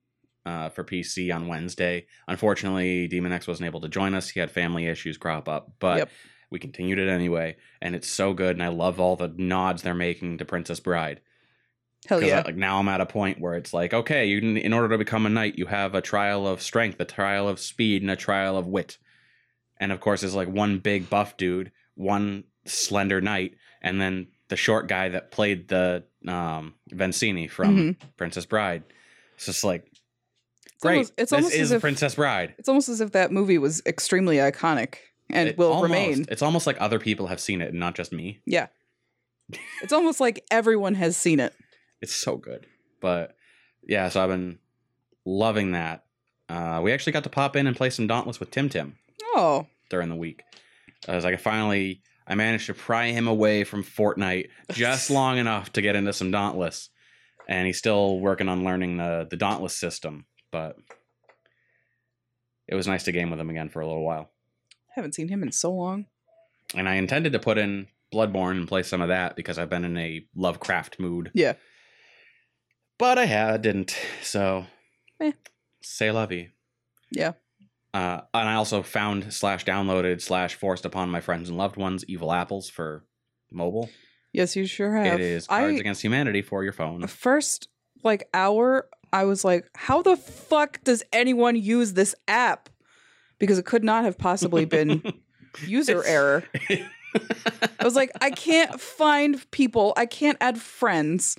Speaker 1: uh, for PC on Wednesday. Unfortunately, Demon X wasn't able to join us. He had family issues crop up, but
Speaker 3: Yep.
Speaker 1: we continued it anyway, and it's so good. And I love all the nods they're making to Princess Bride.
Speaker 3: Hell
Speaker 1: 'Cause I-
Speaker 3: Oh, yeah.
Speaker 1: like now I'm at a point where it's like, okay, you in order to become a knight, you have a trial of strength, a trial of speed, and a trial of wit. And of course, there's like one big buff dude, one slender knight, and then the short guy that played the um, Vencini from
Speaker 3: Mhm.
Speaker 1: Princess Bride. It's just like
Speaker 3: It's
Speaker 1: great.
Speaker 3: almost- it's
Speaker 1: this
Speaker 3: almost
Speaker 1: is
Speaker 3: as if
Speaker 1: Princess Bride,
Speaker 3: It's almost as if that movie was extremely iconic and
Speaker 1: It
Speaker 3: will
Speaker 1: almost-
Speaker 3: remain.
Speaker 1: It's almost like other people have seen it, and not just me.
Speaker 3: It's almost like everyone has seen it.
Speaker 1: It's so good. But yeah, so I've been loving that. Uh, we actually got to pop in and play some Dauntless with Tim Tim.
Speaker 3: Oh,
Speaker 1: during the week. I was like, I finally, I managed to pry him away from Fortnite just long enough to get into some Dauntless, and he's still working on learning the the Dauntless system. But it was nice to game with him again for a little while,
Speaker 3: haven't seen him in so long.
Speaker 1: and I intended to put in Bloodborne and play some of that because I've been in a Lovecraft mood.
Speaker 3: Yeah.
Speaker 1: but I had didn't. So,
Speaker 3: Eh.
Speaker 1: say la vie.
Speaker 3: Yeah.
Speaker 1: Uh, and I also found slash downloaded slash forced upon my friends and loved ones Evil Apples for mobile.
Speaker 3: Yes, you sure have.
Speaker 1: It is Cards
Speaker 3: I
Speaker 1: Against Humanity for your phone.
Speaker 3: the first like hour I was like, how the fuck does anyone use this app? because it could not have possibly been user
Speaker 1: It's-
Speaker 3: error. I was like, I can't find people. I can't add friends.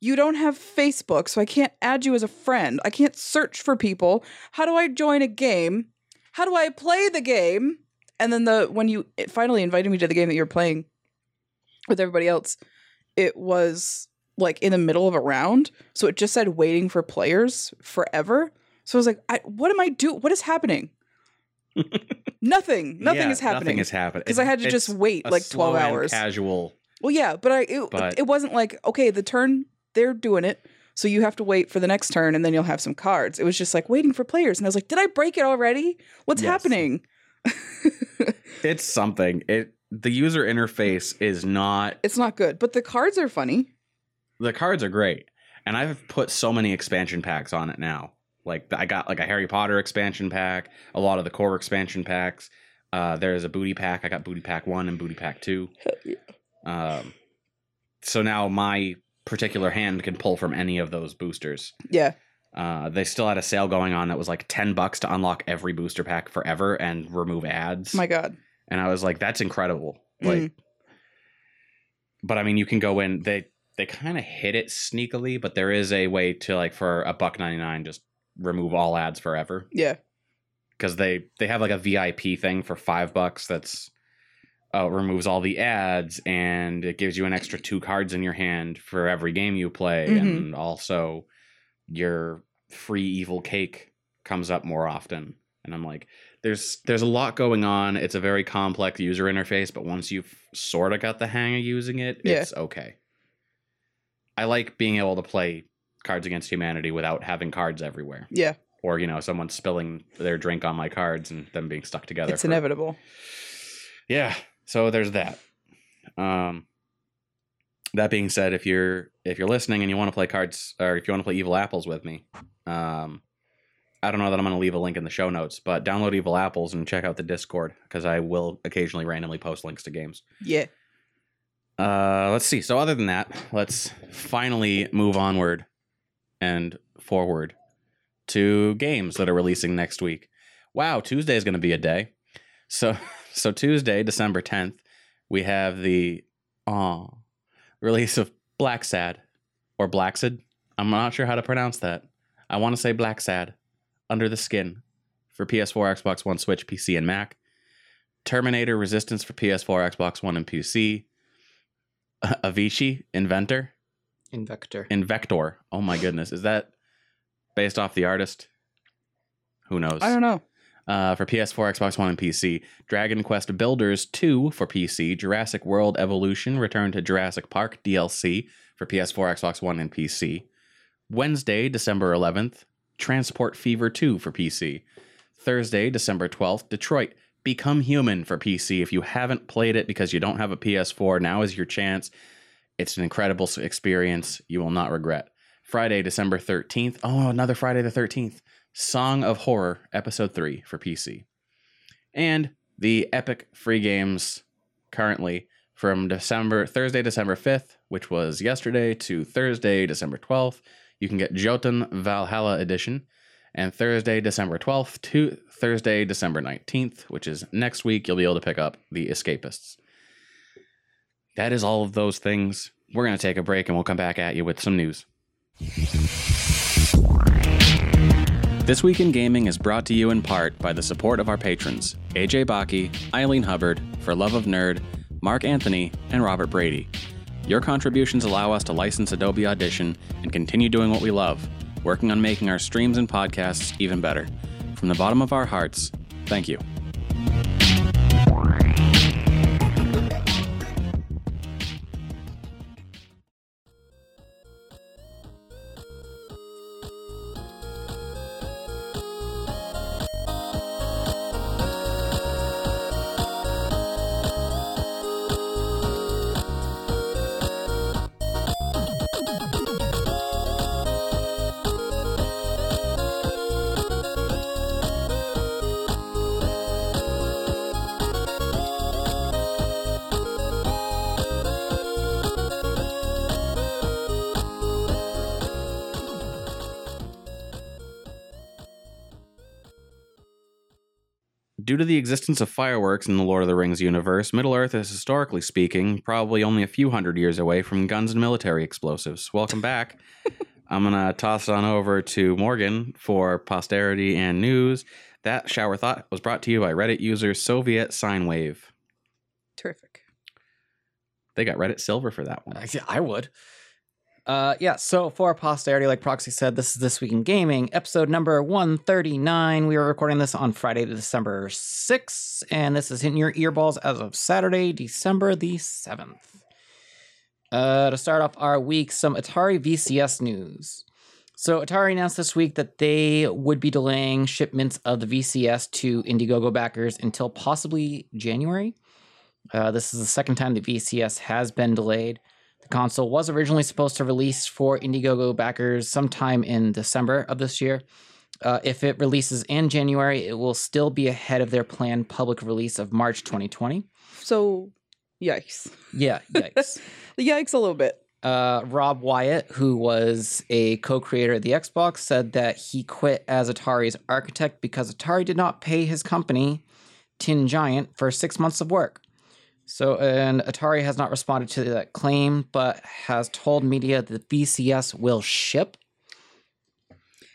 Speaker 3: You don't have Facebook, so I can't add you as a friend. I can't search for people. How do I join a game? How do I play the game? And then the when you it finally invited me to the game that you were playing with everybody else, it was like in the middle of a round, so it just said waiting for players forever. So I was like, I, what am I do? What is happening? nothing. Nothing
Speaker 1: Yeah,
Speaker 3: is happening
Speaker 1: Nothing is happening.
Speaker 3: because I had to
Speaker 1: It's
Speaker 3: just wait
Speaker 1: a
Speaker 3: like
Speaker 1: slow
Speaker 3: twelve
Speaker 1: and
Speaker 3: hours.
Speaker 1: Casual.
Speaker 3: Well, yeah, but I it,
Speaker 1: But-
Speaker 3: it wasn't like okay, the turn they're doing it, so you have to wait for the next turn and then you'll have some cards. It was just like waiting for players, and I was like, did I break it already? What's
Speaker 1: Yes.
Speaker 3: happening?
Speaker 1: It's something. It the user interface is not
Speaker 3: It's not good, but the cards are funny.
Speaker 1: the cards are great and i've put so many expansion packs on it now like i got like a harry potter expansion pack a lot of the core expansion packs uh there's a booty pack i got booty pack one and booty pack two um so now my particular hand can pull from any of those boosters
Speaker 3: Yeah,
Speaker 1: uh they still had a sale going on that was like 10 bucks to unlock every booster pack forever and remove ads
Speaker 3: my God, Mm,
Speaker 1: and I was like, "That's incredible!" Like, but I mean, you can go in. They they kind of hit it sneakily, but there is a way to like for a buck ninety nine, just remove all ads forever
Speaker 3: yeah,
Speaker 1: because they they have like a VIP thing for five bucks that's uh, removes all the ads and it gives you an extra two cards in your hand for every game you play,
Speaker 3: Mhm.
Speaker 1: and also your free evil cake comes up more often. And I'm like, there's there's a lot going on. It's a very complex user interface, but once you've sort of got the hang of using it,
Speaker 3: Yeah.
Speaker 1: it's okay. I like being able to play Cards Against Humanity without having cards everywhere
Speaker 3: yeah.
Speaker 1: or you know someone spilling their drink on my cards and them being stuck together
Speaker 3: It's
Speaker 1: for-
Speaker 3: inevitable.
Speaker 1: yeah so there's that um that being said if you're if you're listening and you want to play cards or if you want to play evil apples with me um i don't know that i'm going to leave a link in the show notes but download evil apples and check out the discord because i will occasionally randomly post links to games
Speaker 3: Yeah,
Speaker 1: uh let's see so other than that let's finally move onward and forward to games that are releasing next week. Wow, Tuesday is going to be a day. So so Tuesday, December 10th, we have the aw release of Black Sad or Blacksad. I'm not sure how to pronounce that. I want to say Black Sad under the skin for PS4, Xbox One, Switch, PC and Mac. Terminator Resistance for PS4, Xbox One and PC. Avicii Inventor
Speaker 2: Invector.
Speaker 1: Invector. Oh my goodness, is that based off the artist? Who knows?
Speaker 3: I don't know.
Speaker 1: Uh, for PS4, Xbox One, and PC, Dragon Quest Builders 2 for PC, Jurassic World Evolution: Return to Jurassic Park DLC for PS4, Xbox One, and PC. Wednesday, December 11th, Transport Fever 2 for PC. Thursday, December 12th, Detroit Become Human for PC. If you haven't played it because you don't have a PS4, now is your chance. It's an incredible s- experience you will not regret. Friday, December 13th. Oh, another Friday the 13th. Song of Horror, Episode 3 for PC. And the Epic free games currently from December Thursday, December 5th, which was yesterday, to Thursday, December 12th. You can get Jotun Valhalla Edition. And Thursday, December 12th to Thursday, December 19th, which is next week, you'll be able to pick up The Escapists. That is all of those things. We're going to take a break and we'll come back at you with some news. This Week in Gaming is brought to you in part by the support of our patrons AJ Baki, Eileen Hubbard, For Love of Nerd, Mark Anthony, and Robert Brady. Your contributions allow us to license Adobe Audition and continue doing what we love, working on making our streams and podcasts even better. From the bottom of our hearts, thank you. Due to the existence of fireworks in the Lord of the Rings universe, Middle Earth is historically speaking probably only a few hundred years away from guns and military explosives. Welcome back. I'm going to toss it on over to Morgan for posterity and news. That shower thought was brought to you by Reddit user Soviet Signwave.
Speaker 3: Terrific.
Speaker 1: They got Reddit Silver for that one.
Speaker 2: I- yeah, I would. Uh, yeah, so for posterity, like Proxy said, this is This Week in Gaming, episode number 139. We are recording this on Friday, December 6th, and this is hitting your earballs as of Saturday, December the 7th. Uh, to start off our week, some Atari VCS news. So, Atari announced this week that they would be delaying shipments of the VCS to Indiegogo backers until possibly January. Uh, this is the second time the VCS has been delayed. The console was originally supposed to release for Indiegogo backers sometime in December of this year. Uh, if it releases in January, it will still be ahead of their planned public release of March 2020.
Speaker 3: So, yikes.
Speaker 2: Yeah, yikes.
Speaker 3: Yikes a little bit.
Speaker 2: Uh, Rob Wyatt, who was a co creator of the Xbox, said that he quit as Atari's architect because Atari did not pay his company, Tin Giant, for six months of work. So, and Atari has not responded to that claim, but has told media that the VCS will ship.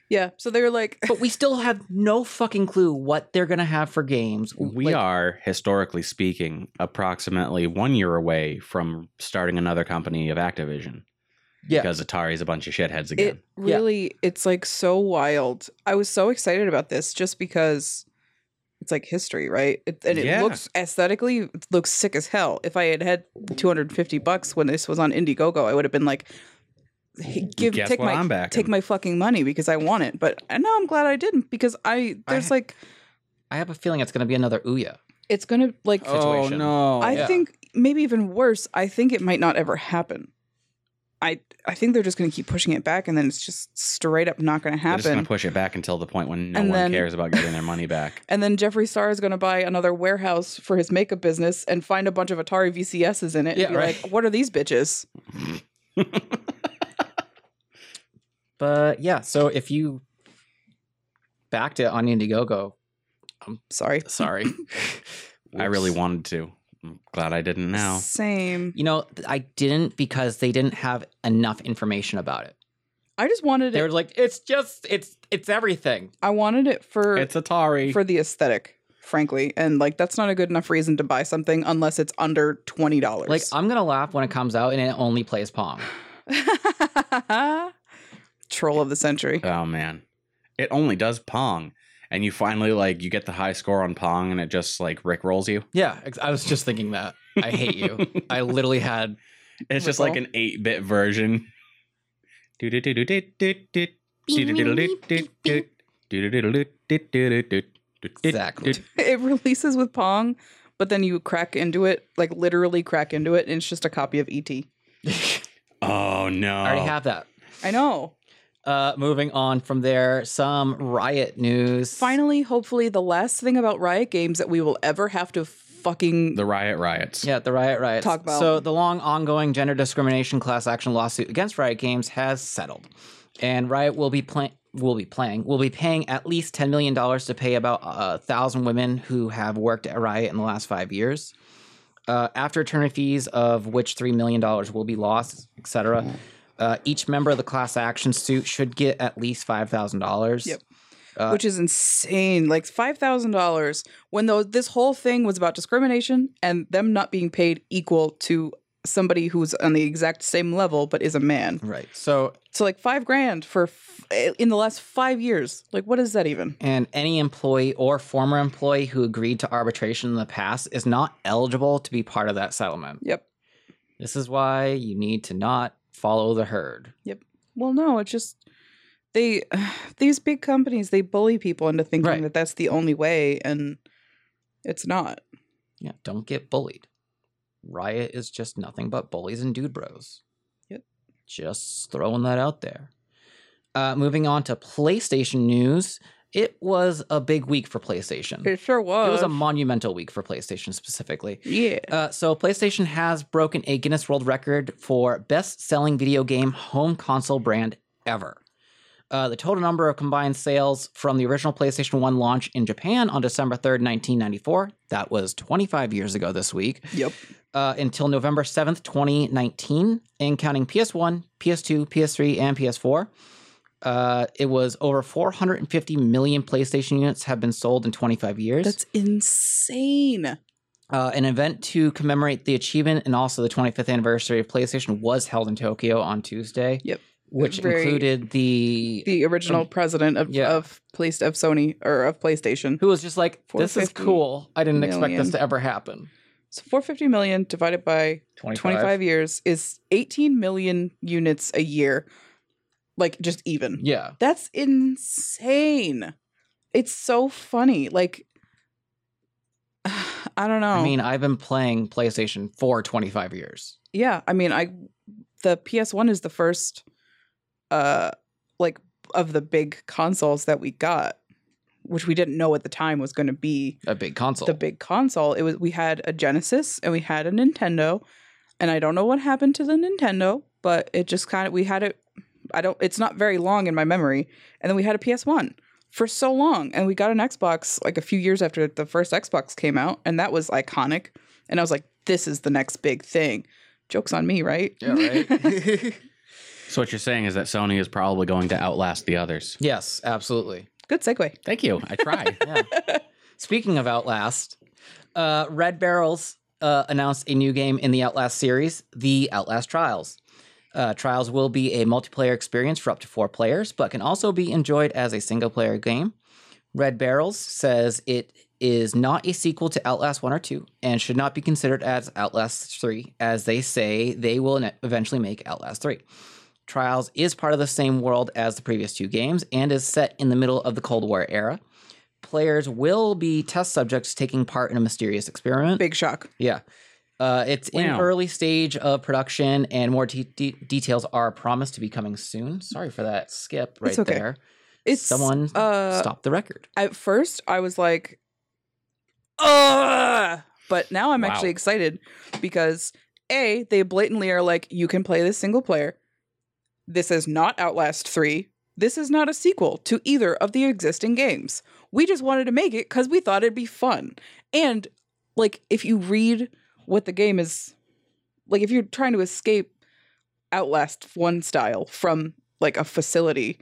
Speaker 3: Yeah. So they were like,
Speaker 2: But we still have no fucking clue what they're going to have for games.
Speaker 1: We
Speaker 2: Like,
Speaker 1: are, historically speaking, approximately one year away from starting another company of Activision
Speaker 2: Yeah.
Speaker 1: because Atari's a bunch of shitheads again.
Speaker 3: it really, it's like so wild. I was so excited about this just because it's like history, right? It, and it
Speaker 1: Yeah.
Speaker 3: looks aesthetically, it looks sick as hell. If I had had 250 bucks when this was on Indiegogo, I would have been like, hey, give,
Speaker 1: Guess
Speaker 3: take
Speaker 1: what
Speaker 3: my,
Speaker 1: I'm backing.
Speaker 3: take my fucking money because I want it. But and now I'm glad I didn't because I,
Speaker 2: I
Speaker 3: there's
Speaker 2: ha-
Speaker 3: like,
Speaker 2: I have a feeling it's going to be another Ouya.
Speaker 3: it's going to like,
Speaker 1: Oh
Speaker 2: situation.
Speaker 1: no!
Speaker 3: I
Speaker 2: yeah.
Speaker 3: think maybe even worse. I think it might not ever happen. I I think they're just going to keep pushing it back, and then it's just straight up not going to
Speaker 1: They're just gonna
Speaker 3: happen.
Speaker 1: push it back until the point when no
Speaker 3: And
Speaker 1: one
Speaker 3: then-
Speaker 1: cares about getting their money back.
Speaker 3: and then Jeffree Star is going to buy another warehouse for his makeup business and find a bunch of Atari VCSs in it.
Speaker 2: Yeah,
Speaker 3: and be
Speaker 2: right.
Speaker 3: like, what are these bitches?
Speaker 2: But yeah, so if you backed it on Indiegogo,
Speaker 3: Sorry.
Speaker 2: sorry.
Speaker 1: I really
Speaker 2: Whoops.
Speaker 1: wanted to. I'm glad I didn't now.
Speaker 3: Same.
Speaker 2: You know, th- I didn't because they didn't have enough information about it.
Speaker 3: I just wanted
Speaker 2: They were
Speaker 3: it.
Speaker 2: like, it's just, it's, it's everything.
Speaker 3: I wanted it for
Speaker 1: It's Atari.
Speaker 3: for the aesthetic, frankly, and like that's not a good enough reason to buy something unless it's under twenty dollars.
Speaker 2: Like, I'm gonna laugh when it comes out and it only plays Pong.
Speaker 3: troll of the century.
Speaker 1: oh man, it only does Pong, and you finally like you get the high score on Pong, and it just like Rick rolls you.
Speaker 2: Yeah, ex- I was just thinking that. I hate you. I literally had
Speaker 3: Oh
Speaker 1: It's just like
Speaker 3: Rickroll.
Speaker 1: an eight bit version. Exactly.
Speaker 2: exactly.
Speaker 3: it releases with Pong, but then you crack into it, like literally crack into it, and it's just a copy of E ET.
Speaker 1: Oh no!
Speaker 2: I already have that.
Speaker 3: I know.
Speaker 2: Uh, moving on from there, some Riot news.
Speaker 3: Finally, hopefully, the last thing about Riot Games that we will ever have to fucking
Speaker 1: the riot riots.
Speaker 2: Yeah, the Riot riots.
Speaker 3: Talk about-
Speaker 2: So the long ongoing gender discrimination class action lawsuit against Riot Games has settled, and Riot will be playing will be playing will be paying at least ten million dollars to pay about uh, a thousand women who have worked at Riot in the last five years. Uh, after attorney fees, of which three million dollars will be lost,
Speaker 3: Mm-hmm.
Speaker 2: etc. Uh, each member of the class action suit should get at least five thousand dollars.
Speaker 3: Yep. which is insane. Like five thousand dollars when though this whole thing was about discrimination and them not being paid equal to somebody who's on the exact same level but is a man.
Speaker 2: Right. So
Speaker 3: So like five grand for f- in the last five years. Like what is that even?
Speaker 2: And any employee or former employee who agreed to arbitration in the past is not eligible to be part of that settlement.
Speaker 3: Yep.
Speaker 2: This is why you need to not follow the herd.
Speaker 3: Well, no, it's just they these big companies they bully people into thinking
Speaker 2: Right.
Speaker 3: that that's the only way, and it's not.
Speaker 2: Yeah, don't get bullied. Riot is just nothing but bullies and dude bros.
Speaker 3: Yep.
Speaker 2: Just throwing that out there. Uh, moving on to PlayStation news. It was a big week for PlayStation. Mm. It
Speaker 3: It sure was.
Speaker 2: was a monumental week for PlayStation specifically.
Speaker 3: yeah.
Speaker 2: Uh, so PlayStation has broken a Guinness World Record for best-selling video game home console brand ever. Uh, the total number of combined sales from the original PlayStation 1 launch in Japan on December 3rd, 1994, that was 25 years ago this week,
Speaker 3: Yep.
Speaker 2: uh, until November 7th, 2019, and counting PS1, PS2, PS3, and PS4. Uh, it was over 450 million PlayStation units have been sold in 25 years.
Speaker 3: That's insane.
Speaker 2: Uh, an event to commemorate the achievement and also the 25th anniversary of PlayStation was held in Tokyo on Tuesday.
Speaker 3: Yep.
Speaker 2: Which
Speaker 3: Very-
Speaker 2: included the,
Speaker 3: The original
Speaker 2: Um,
Speaker 3: president of
Speaker 2: yeah.
Speaker 3: of place of Sony or of PlayStation.
Speaker 2: who was just like, this is
Speaker 3: 450
Speaker 2: cool. I didn't expect this
Speaker 3: million.
Speaker 2: to ever happen.
Speaker 3: So 450 million divided by
Speaker 2: 25.
Speaker 3: 25 years is 18 million units a year. Like just even.
Speaker 2: Yeah.
Speaker 3: That's insane. It's so funny. Like I don't know.
Speaker 2: I mean, I've been playing PlayStation for 25 years.
Speaker 3: yeah, I mean I the PS1 is the first uh like of the big consoles that we got, which we didn't know at the time was going to be
Speaker 2: A big console.
Speaker 3: the big console. It was we had a Genesis and we had a Nintendo, and I don't know what happened to the Nintendo, but it just kind of we had it. I don't. It's not very long in my memory, and then we had a PS One for so long, and we got an Xbox like a few years after the first Xbox came out, and that was iconic. And I was like, this is the next big thing. Jokes on me, right?
Speaker 2: Yeah, right?
Speaker 1: So what you're saying is that Sony is probably going to outlast the others.
Speaker 2: yes, absolutely.
Speaker 3: Good segue.
Speaker 1: Thank you. I try.
Speaker 2: Yeah. Speaking of Outlast, uh, Red Barrels uh, announced a new game in the Outlast series, The Outlast Trials. Uh, Trials will be a multiplayer experience for up to four players, but can also be enjoyed as a single player game. Red Barrels says it is not a sequel to Outlast 1 or 2 and should not be considered as Outlast 3, as they say they will ne- eventually make Outlast 3. Trials is part of the same world as the previous two games and is set in the middle of the Cold War era. Players will be test subjects taking part in a mysterious experiment.
Speaker 3: Big shock.
Speaker 2: Yeah. Uh, it's in
Speaker 1: Wow.
Speaker 2: early stage of production, and more de- de- details are promised to be coming soon. Sorry for that skip right
Speaker 3: It's okay.
Speaker 2: there.
Speaker 3: It's
Speaker 2: Someone
Speaker 3: uh,
Speaker 2: stop the record.
Speaker 3: at first I was like, Ugh! but now I'm
Speaker 1: Wow.
Speaker 3: actually excited because A, they blatantly are like, you can play this single player. This is not Outlast 3. This is not a sequel to either of the existing games. We just wanted to make it because we thought it'd be fun. And like if you read what the game is like if you're trying to escape Outlast one style from like a facility,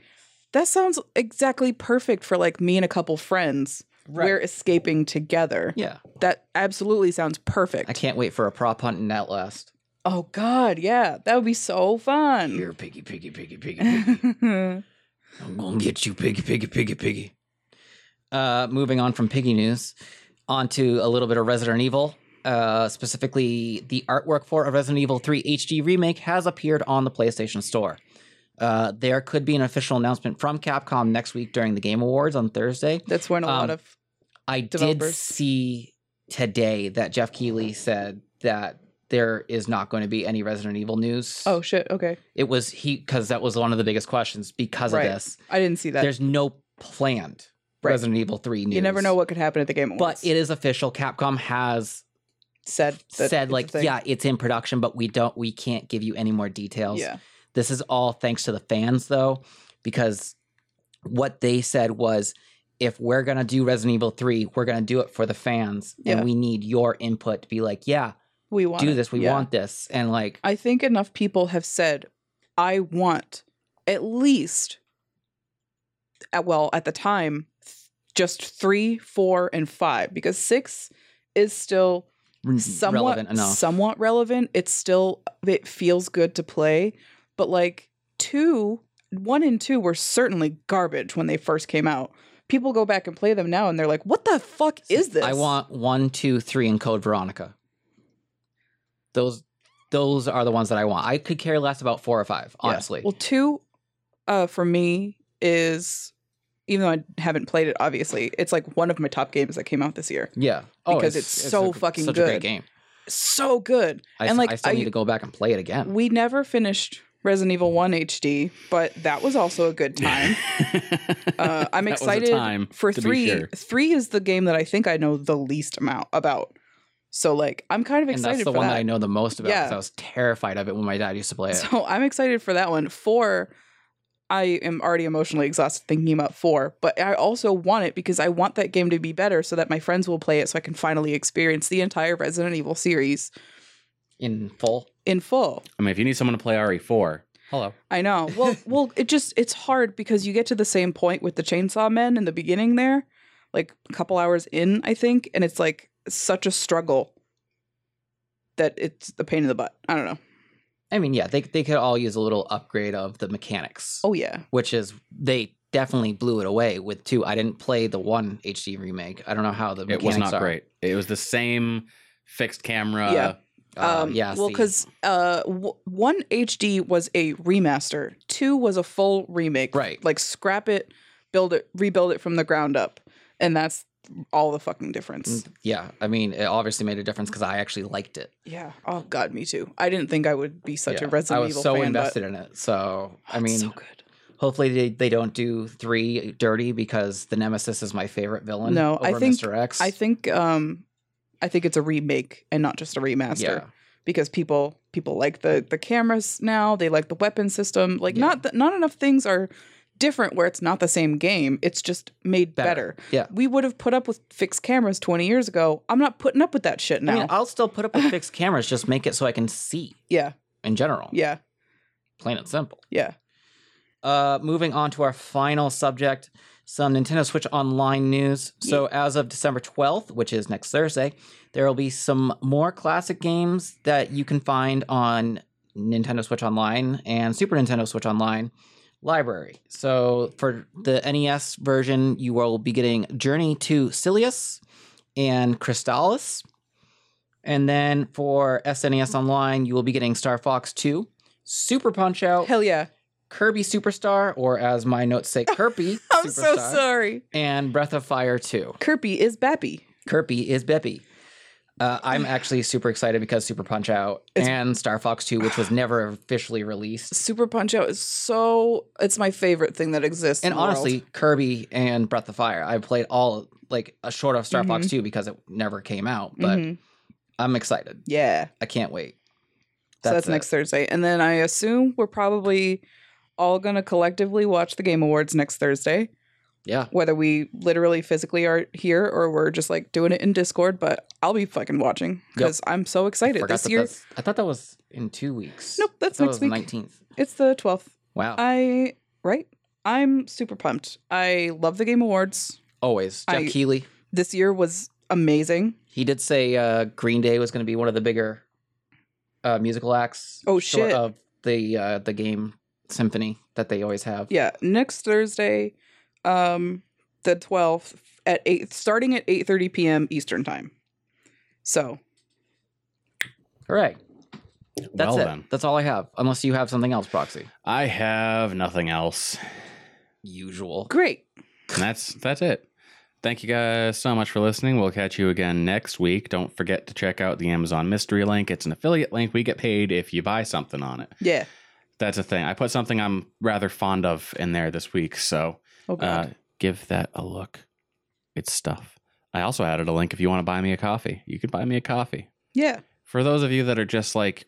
Speaker 3: that sounds exactly perfect for like me and a couple friends. We're escaping together.
Speaker 2: Yeah.
Speaker 3: That absolutely sounds perfect.
Speaker 2: I can't wait for a prop hunt in Outlast.
Speaker 3: Oh god, yeah. That would be so fun.
Speaker 2: Here, piggy, piggy, piggy, piggy, piggy.
Speaker 3: That's
Speaker 2: I'm gonna get you, piggy, piggy, piggy, piggy. Uh, moving on from piggy news, onto a little bit of Resident Evil. Uh, specifically, the artwork for a Resident Evil 3 HD remake has appeared on the PlayStation Store. Uh, there could be an official announcement from Capcom next week during the Game Awards on Thursday.
Speaker 3: when a lot
Speaker 2: Um,
Speaker 3: of
Speaker 2: I did
Speaker 3: Developers.
Speaker 2: see today that Jeff Keighley said that there is not going to be any Resident Evil news.
Speaker 3: Oh shit, okay.
Speaker 2: It was he because that was one of the biggest questions because
Speaker 3: Right.
Speaker 2: of this.
Speaker 3: I didn't see that.
Speaker 2: There's no planned
Speaker 3: Right.
Speaker 2: Resident Evil 3 news.
Speaker 3: you never know what could happen at the game
Speaker 2: But
Speaker 3: awards.
Speaker 2: it is official. Capcom has
Speaker 3: said that
Speaker 2: said
Speaker 3: it's a
Speaker 2: like,
Speaker 3: thing.
Speaker 2: yeah, it's in production, but we don't we can't give you any more details.
Speaker 3: Yeah.
Speaker 2: This is all thanks to the fans though, because what they said was if we're gonna do Resident Evil 3, we're gonna do it for the fans.
Speaker 3: Yeah.
Speaker 2: And we need your input to be like, yeah,
Speaker 3: We want
Speaker 2: do
Speaker 3: it.
Speaker 2: this, we
Speaker 3: Yeah.
Speaker 2: want this. And like
Speaker 3: I think enough people have said, I want at least, at, well, at the time, th- just three, four, and five, because six is still
Speaker 2: r-
Speaker 3: somewhat
Speaker 2: Mm-hmm. relevant enough.
Speaker 3: somewhat relevant. It's still it feels good to play, but like two, one and two were certainly garbage when they first came out. People go back and play them now, and they're like, "What the fuck is this?"
Speaker 2: I want one, two, three, and Code Veronica. Those those are the ones that I want. I could care less about four or five,
Speaker 3: Yeah.
Speaker 2: honestly.
Speaker 3: Well, two uh, for me is even though I haven't played it, obviously, it's like one of my top games that came out this year.
Speaker 2: Yeah, Oh,
Speaker 3: Because it's so fucking
Speaker 2: such a great
Speaker 3: good.
Speaker 2: game.
Speaker 3: So good.
Speaker 2: I,
Speaker 3: And,
Speaker 2: and
Speaker 3: like,
Speaker 2: like, I still
Speaker 3: I-
Speaker 2: need to go back and play it again.
Speaker 3: We never finished Resident Evil 1 HD, but that was also a good time. Uh,
Speaker 1: That
Speaker 3: I'm
Speaker 1: was a
Speaker 3: excited
Speaker 1: time,
Speaker 3: for
Speaker 1: to be
Speaker 3: three.
Speaker 1: sure.
Speaker 3: Three is the game that I think I know the least amount about. So like I'm kind of
Speaker 2: and
Speaker 3: excited
Speaker 2: that's the
Speaker 3: for
Speaker 2: one
Speaker 3: that.
Speaker 2: that I know the most about because
Speaker 3: Yeah.
Speaker 2: I was terrified of it when my dad used to play it.
Speaker 3: So I'm excited for that one. Four, I am already emotionally exhausted thinking about four, but I also want it because I want that game to be better so that my friends will play it so I can finally experience the entire Resident Evil series
Speaker 2: in full.
Speaker 3: in full.
Speaker 1: I mean, if you need someone to play E RE4, hello.
Speaker 3: I know. Well, well, it just it's hard because you get to the same point with the chainsaw men in the beginning there, like a couple hours in, I think, and it's like such a struggle that it's a pain in the butt. I don't know.
Speaker 2: I mean, yeah, they they could all use a little upgrade of the mechanics,
Speaker 3: Oh yeah.
Speaker 2: which is they definitely blew it away with two. I didn't play the one HD remake. I don't know how the
Speaker 1: It
Speaker 2: mechanics
Speaker 1: was not
Speaker 2: are.
Speaker 1: great. It was the same fixed camera.
Speaker 3: Yeah.
Speaker 2: Uh,
Speaker 3: um,
Speaker 2: yeah,
Speaker 3: Well,
Speaker 2: see.
Speaker 3: because uh, w- one HD was a remaster, two was a full remake.
Speaker 2: Right.
Speaker 3: Like scrap it, build it, rebuild it from the ground up, and that's all the fucking difference.
Speaker 2: Mm, yeah, I mean, it obviously made a difference because I actually liked it.
Speaker 3: Yeah. Oh God, me too. I didn't think I would be such a
Speaker 2: Yeah,
Speaker 3: Resident
Speaker 2: I was
Speaker 3: Evil
Speaker 2: so
Speaker 3: fan. but- Oh,
Speaker 2: invested in it. So I
Speaker 3: It's
Speaker 2: mean,
Speaker 3: so good.
Speaker 2: hopefully they, they don't do three dirty because the Nemesis is my favorite villain.
Speaker 3: No,
Speaker 2: over
Speaker 3: I think-
Speaker 2: Mr. X.
Speaker 3: I think um, I think it's a remake and not just a remaster
Speaker 2: yeah,
Speaker 3: because people people like the the cameras now. They like the weapon system. Like
Speaker 2: Yeah.
Speaker 3: not th- not enough things are different where it's not the same game. It's just made better.
Speaker 2: Better. yeah.
Speaker 3: we would have put up with fixed cameras 20 years ago. I'm not putting up with that shit now.
Speaker 2: I mean, I'll still put up with fixed cameras. Just make it so I can see
Speaker 3: yeah,
Speaker 2: in general.
Speaker 3: yeah,
Speaker 2: plain and simple.
Speaker 3: yeah.
Speaker 2: Uh, moving on to our final subject, some Nintendo Switch Online news. So, as of December 12th, which is next Thursday, there will be some more classic games that you can find on Nintendo Switch Online and Super Nintendo Switch Online library. So, for the NES version, you will be getting Journey to Silius and Crystallis. And then for SNES Online, you will be getting Star Fox 2, Super Punch Out.
Speaker 3: Hell yeah.
Speaker 2: Kirby Superstar, or as my notes say, Kirby
Speaker 3: I'm so
Speaker 2: Superstar,
Speaker 3: sorry.
Speaker 2: and Breath of Fire 2.
Speaker 3: Kirby is Bappy.
Speaker 2: Kirby is Beppy. Uh, I'm actually super excited because Super Punch Out
Speaker 3: It's-
Speaker 2: and Star Fox 2, which was never officially released.
Speaker 3: Super Punch Out is so it's my favorite thing that exists.
Speaker 2: And
Speaker 3: in the world.
Speaker 2: honestly, Kirby and Breath of Fire. I played all like a short of Star Fox
Speaker 3: Mhm.
Speaker 2: 2 because it never came out, but
Speaker 3: Mhm.
Speaker 2: I'm excited.
Speaker 3: yeah.
Speaker 2: I can't wait.
Speaker 3: so that's
Speaker 2: it.
Speaker 3: next Thursday. And then I assume we're probably all going to collectively watch the Game Awards next Thursday,
Speaker 2: Yeah.
Speaker 3: whether we literally physically are here or we're just like doing it in Discord. But I'll be fucking watching because I'm so excited.
Speaker 2: Forgot
Speaker 3: this
Speaker 2: that
Speaker 3: year,
Speaker 2: that's- I thought that was in two weeks.
Speaker 3: Nope, that's
Speaker 2: I thought
Speaker 3: next
Speaker 2: it was
Speaker 3: week.
Speaker 2: The 19th.
Speaker 3: it's the 12th.
Speaker 2: Wow.
Speaker 3: I, right? I'm super pumped. I love the Game Awards.
Speaker 2: Always. Jeff
Speaker 3: I-
Speaker 2: Keeley.
Speaker 3: This year was amazing.
Speaker 2: He did say uh, Green Day was going to be one of the bigger uh, musical acts.
Speaker 3: Oh,
Speaker 2: short
Speaker 3: shit.
Speaker 2: Of the uh, the game symphony that they always have.
Speaker 3: yeah next thursday um the 12th at 8 starting at eight thirty p.m eastern time so
Speaker 2: Correct. That's
Speaker 1: well
Speaker 2: it.
Speaker 1: then.
Speaker 2: That's all I have. Unless you have something else, Proxy.
Speaker 1: I have nothing else.
Speaker 2: Usual.
Speaker 3: great
Speaker 1: And that's that's it. Thank you guys so much for listening. We'll catch you again next week. Don't forget to check out the Amazon mystery link. It's an affiliate link. We get paid if you buy something on it.
Speaker 3: yeah
Speaker 1: That's a thing. I put something I'm rather fond of in there this week, so
Speaker 3: oh god
Speaker 1: uh, give that a look. It's stuff. I also added a link if you want to buy me a coffee. You can buy me a coffee.
Speaker 3: yeah
Speaker 1: For those of you that are just like,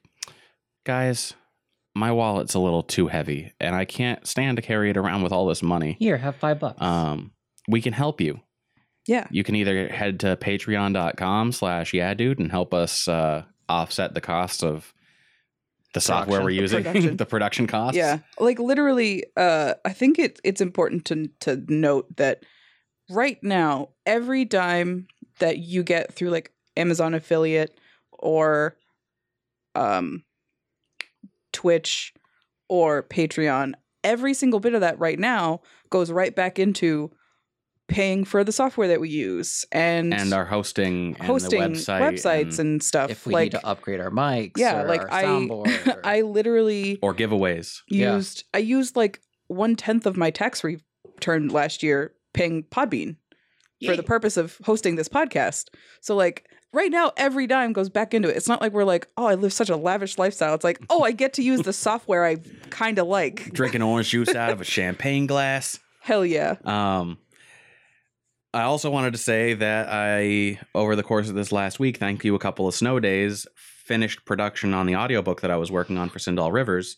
Speaker 1: guys, my wallet's a little too heavy, and I can't stand to carry it around with all this money.
Speaker 2: Here, have five bucks.
Speaker 1: Um, we can help you
Speaker 3: yeah
Speaker 1: you can either head to patreon.com slash yeah dude and help us uh, offset the cost of the software
Speaker 2: Production.
Speaker 1: we're
Speaker 2: The
Speaker 1: using
Speaker 3: production.
Speaker 1: the production costs
Speaker 3: yeah like literally uh i think it, it's important to to note that right now every dime that you get through like amazon affiliate or um twitch or patreon every single bit of that right now goes right back into paying for the software that we use and,
Speaker 1: and our hosting and
Speaker 3: hosting
Speaker 1: the website
Speaker 3: websites and, stuff
Speaker 2: if we
Speaker 3: like
Speaker 2: need to upgrade our mics,
Speaker 3: yeah
Speaker 2: or
Speaker 3: like
Speaker 2: our
Speaker 3: i
Speaker 2: soundboard, or-
Speaker 3: i literally
Speaker 1: or giveaways
Speaker 2: Yeah.
Speaker 3: used I used like one tenth of my tax return last year paying Podbean for the purpose of hosting this podcast. So like right now every dime goes back into it. It's not like we're like, oh, I live such a lavish lifestyle. It's like, oh, I get to use the software I kinda like.
Speaker 1: drinking orange juice out of a champagne glass
Speaker 3: Hell yeah.
Speaker 1: Um, I also wanted to say that I, over the course of this last week, thank you a couple of snow days, finished production on the audiobook that I was working on for Sindal Rivers.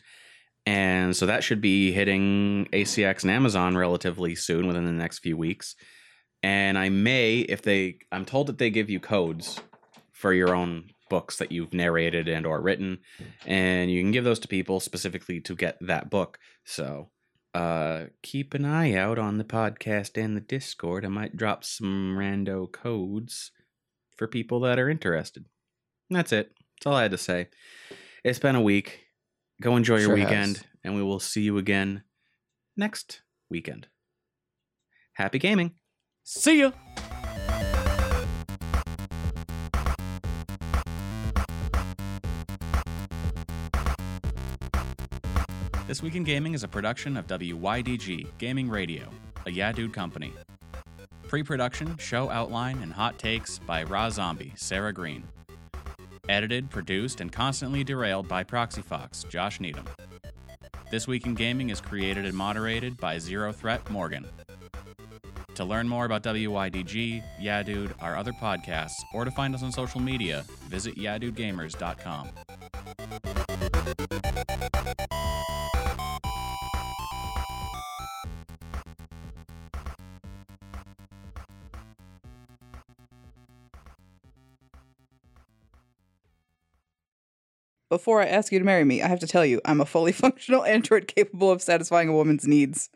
Speaker 1: And so that should be hitting ACX and Amazon relatively soon within the next few weeks. And I may, if they, I'm told that they give you codes for your own books that you've narrated and or written, and you can give those to people specifically to get that book. So uh, keep an eye out on the podcast and the Discord. I might drop some rando codes for people that are interested. And that's it. That's all I had to say. It's been a week. Go enjoy your
Speaker 2: Sure has.
Speaker 1: weekend, and we will see you again next weekend. Happy gaming.
Speaker 2: See ya.
Speaker 1: This Week in Gaming is a production of WYDG Gaming Radio, a Yeah Dude company. Pre production, show outline, and hot takes by Raw Zombie, Sarah Green. Edited, produced, and constantly derailed by Proxy Fox, Josh Needham. This Week in Gaming is created and moderated by Zero Threat Morgan. To learn more about WYDG, Yeah Dude, our other podcasts, or to find us on social media, visit YadudeGamers.com.
Speaker 3: Before I ask you to marry me, I have to tell you, I'm a fully functional android capable of satisfying a woman's needs.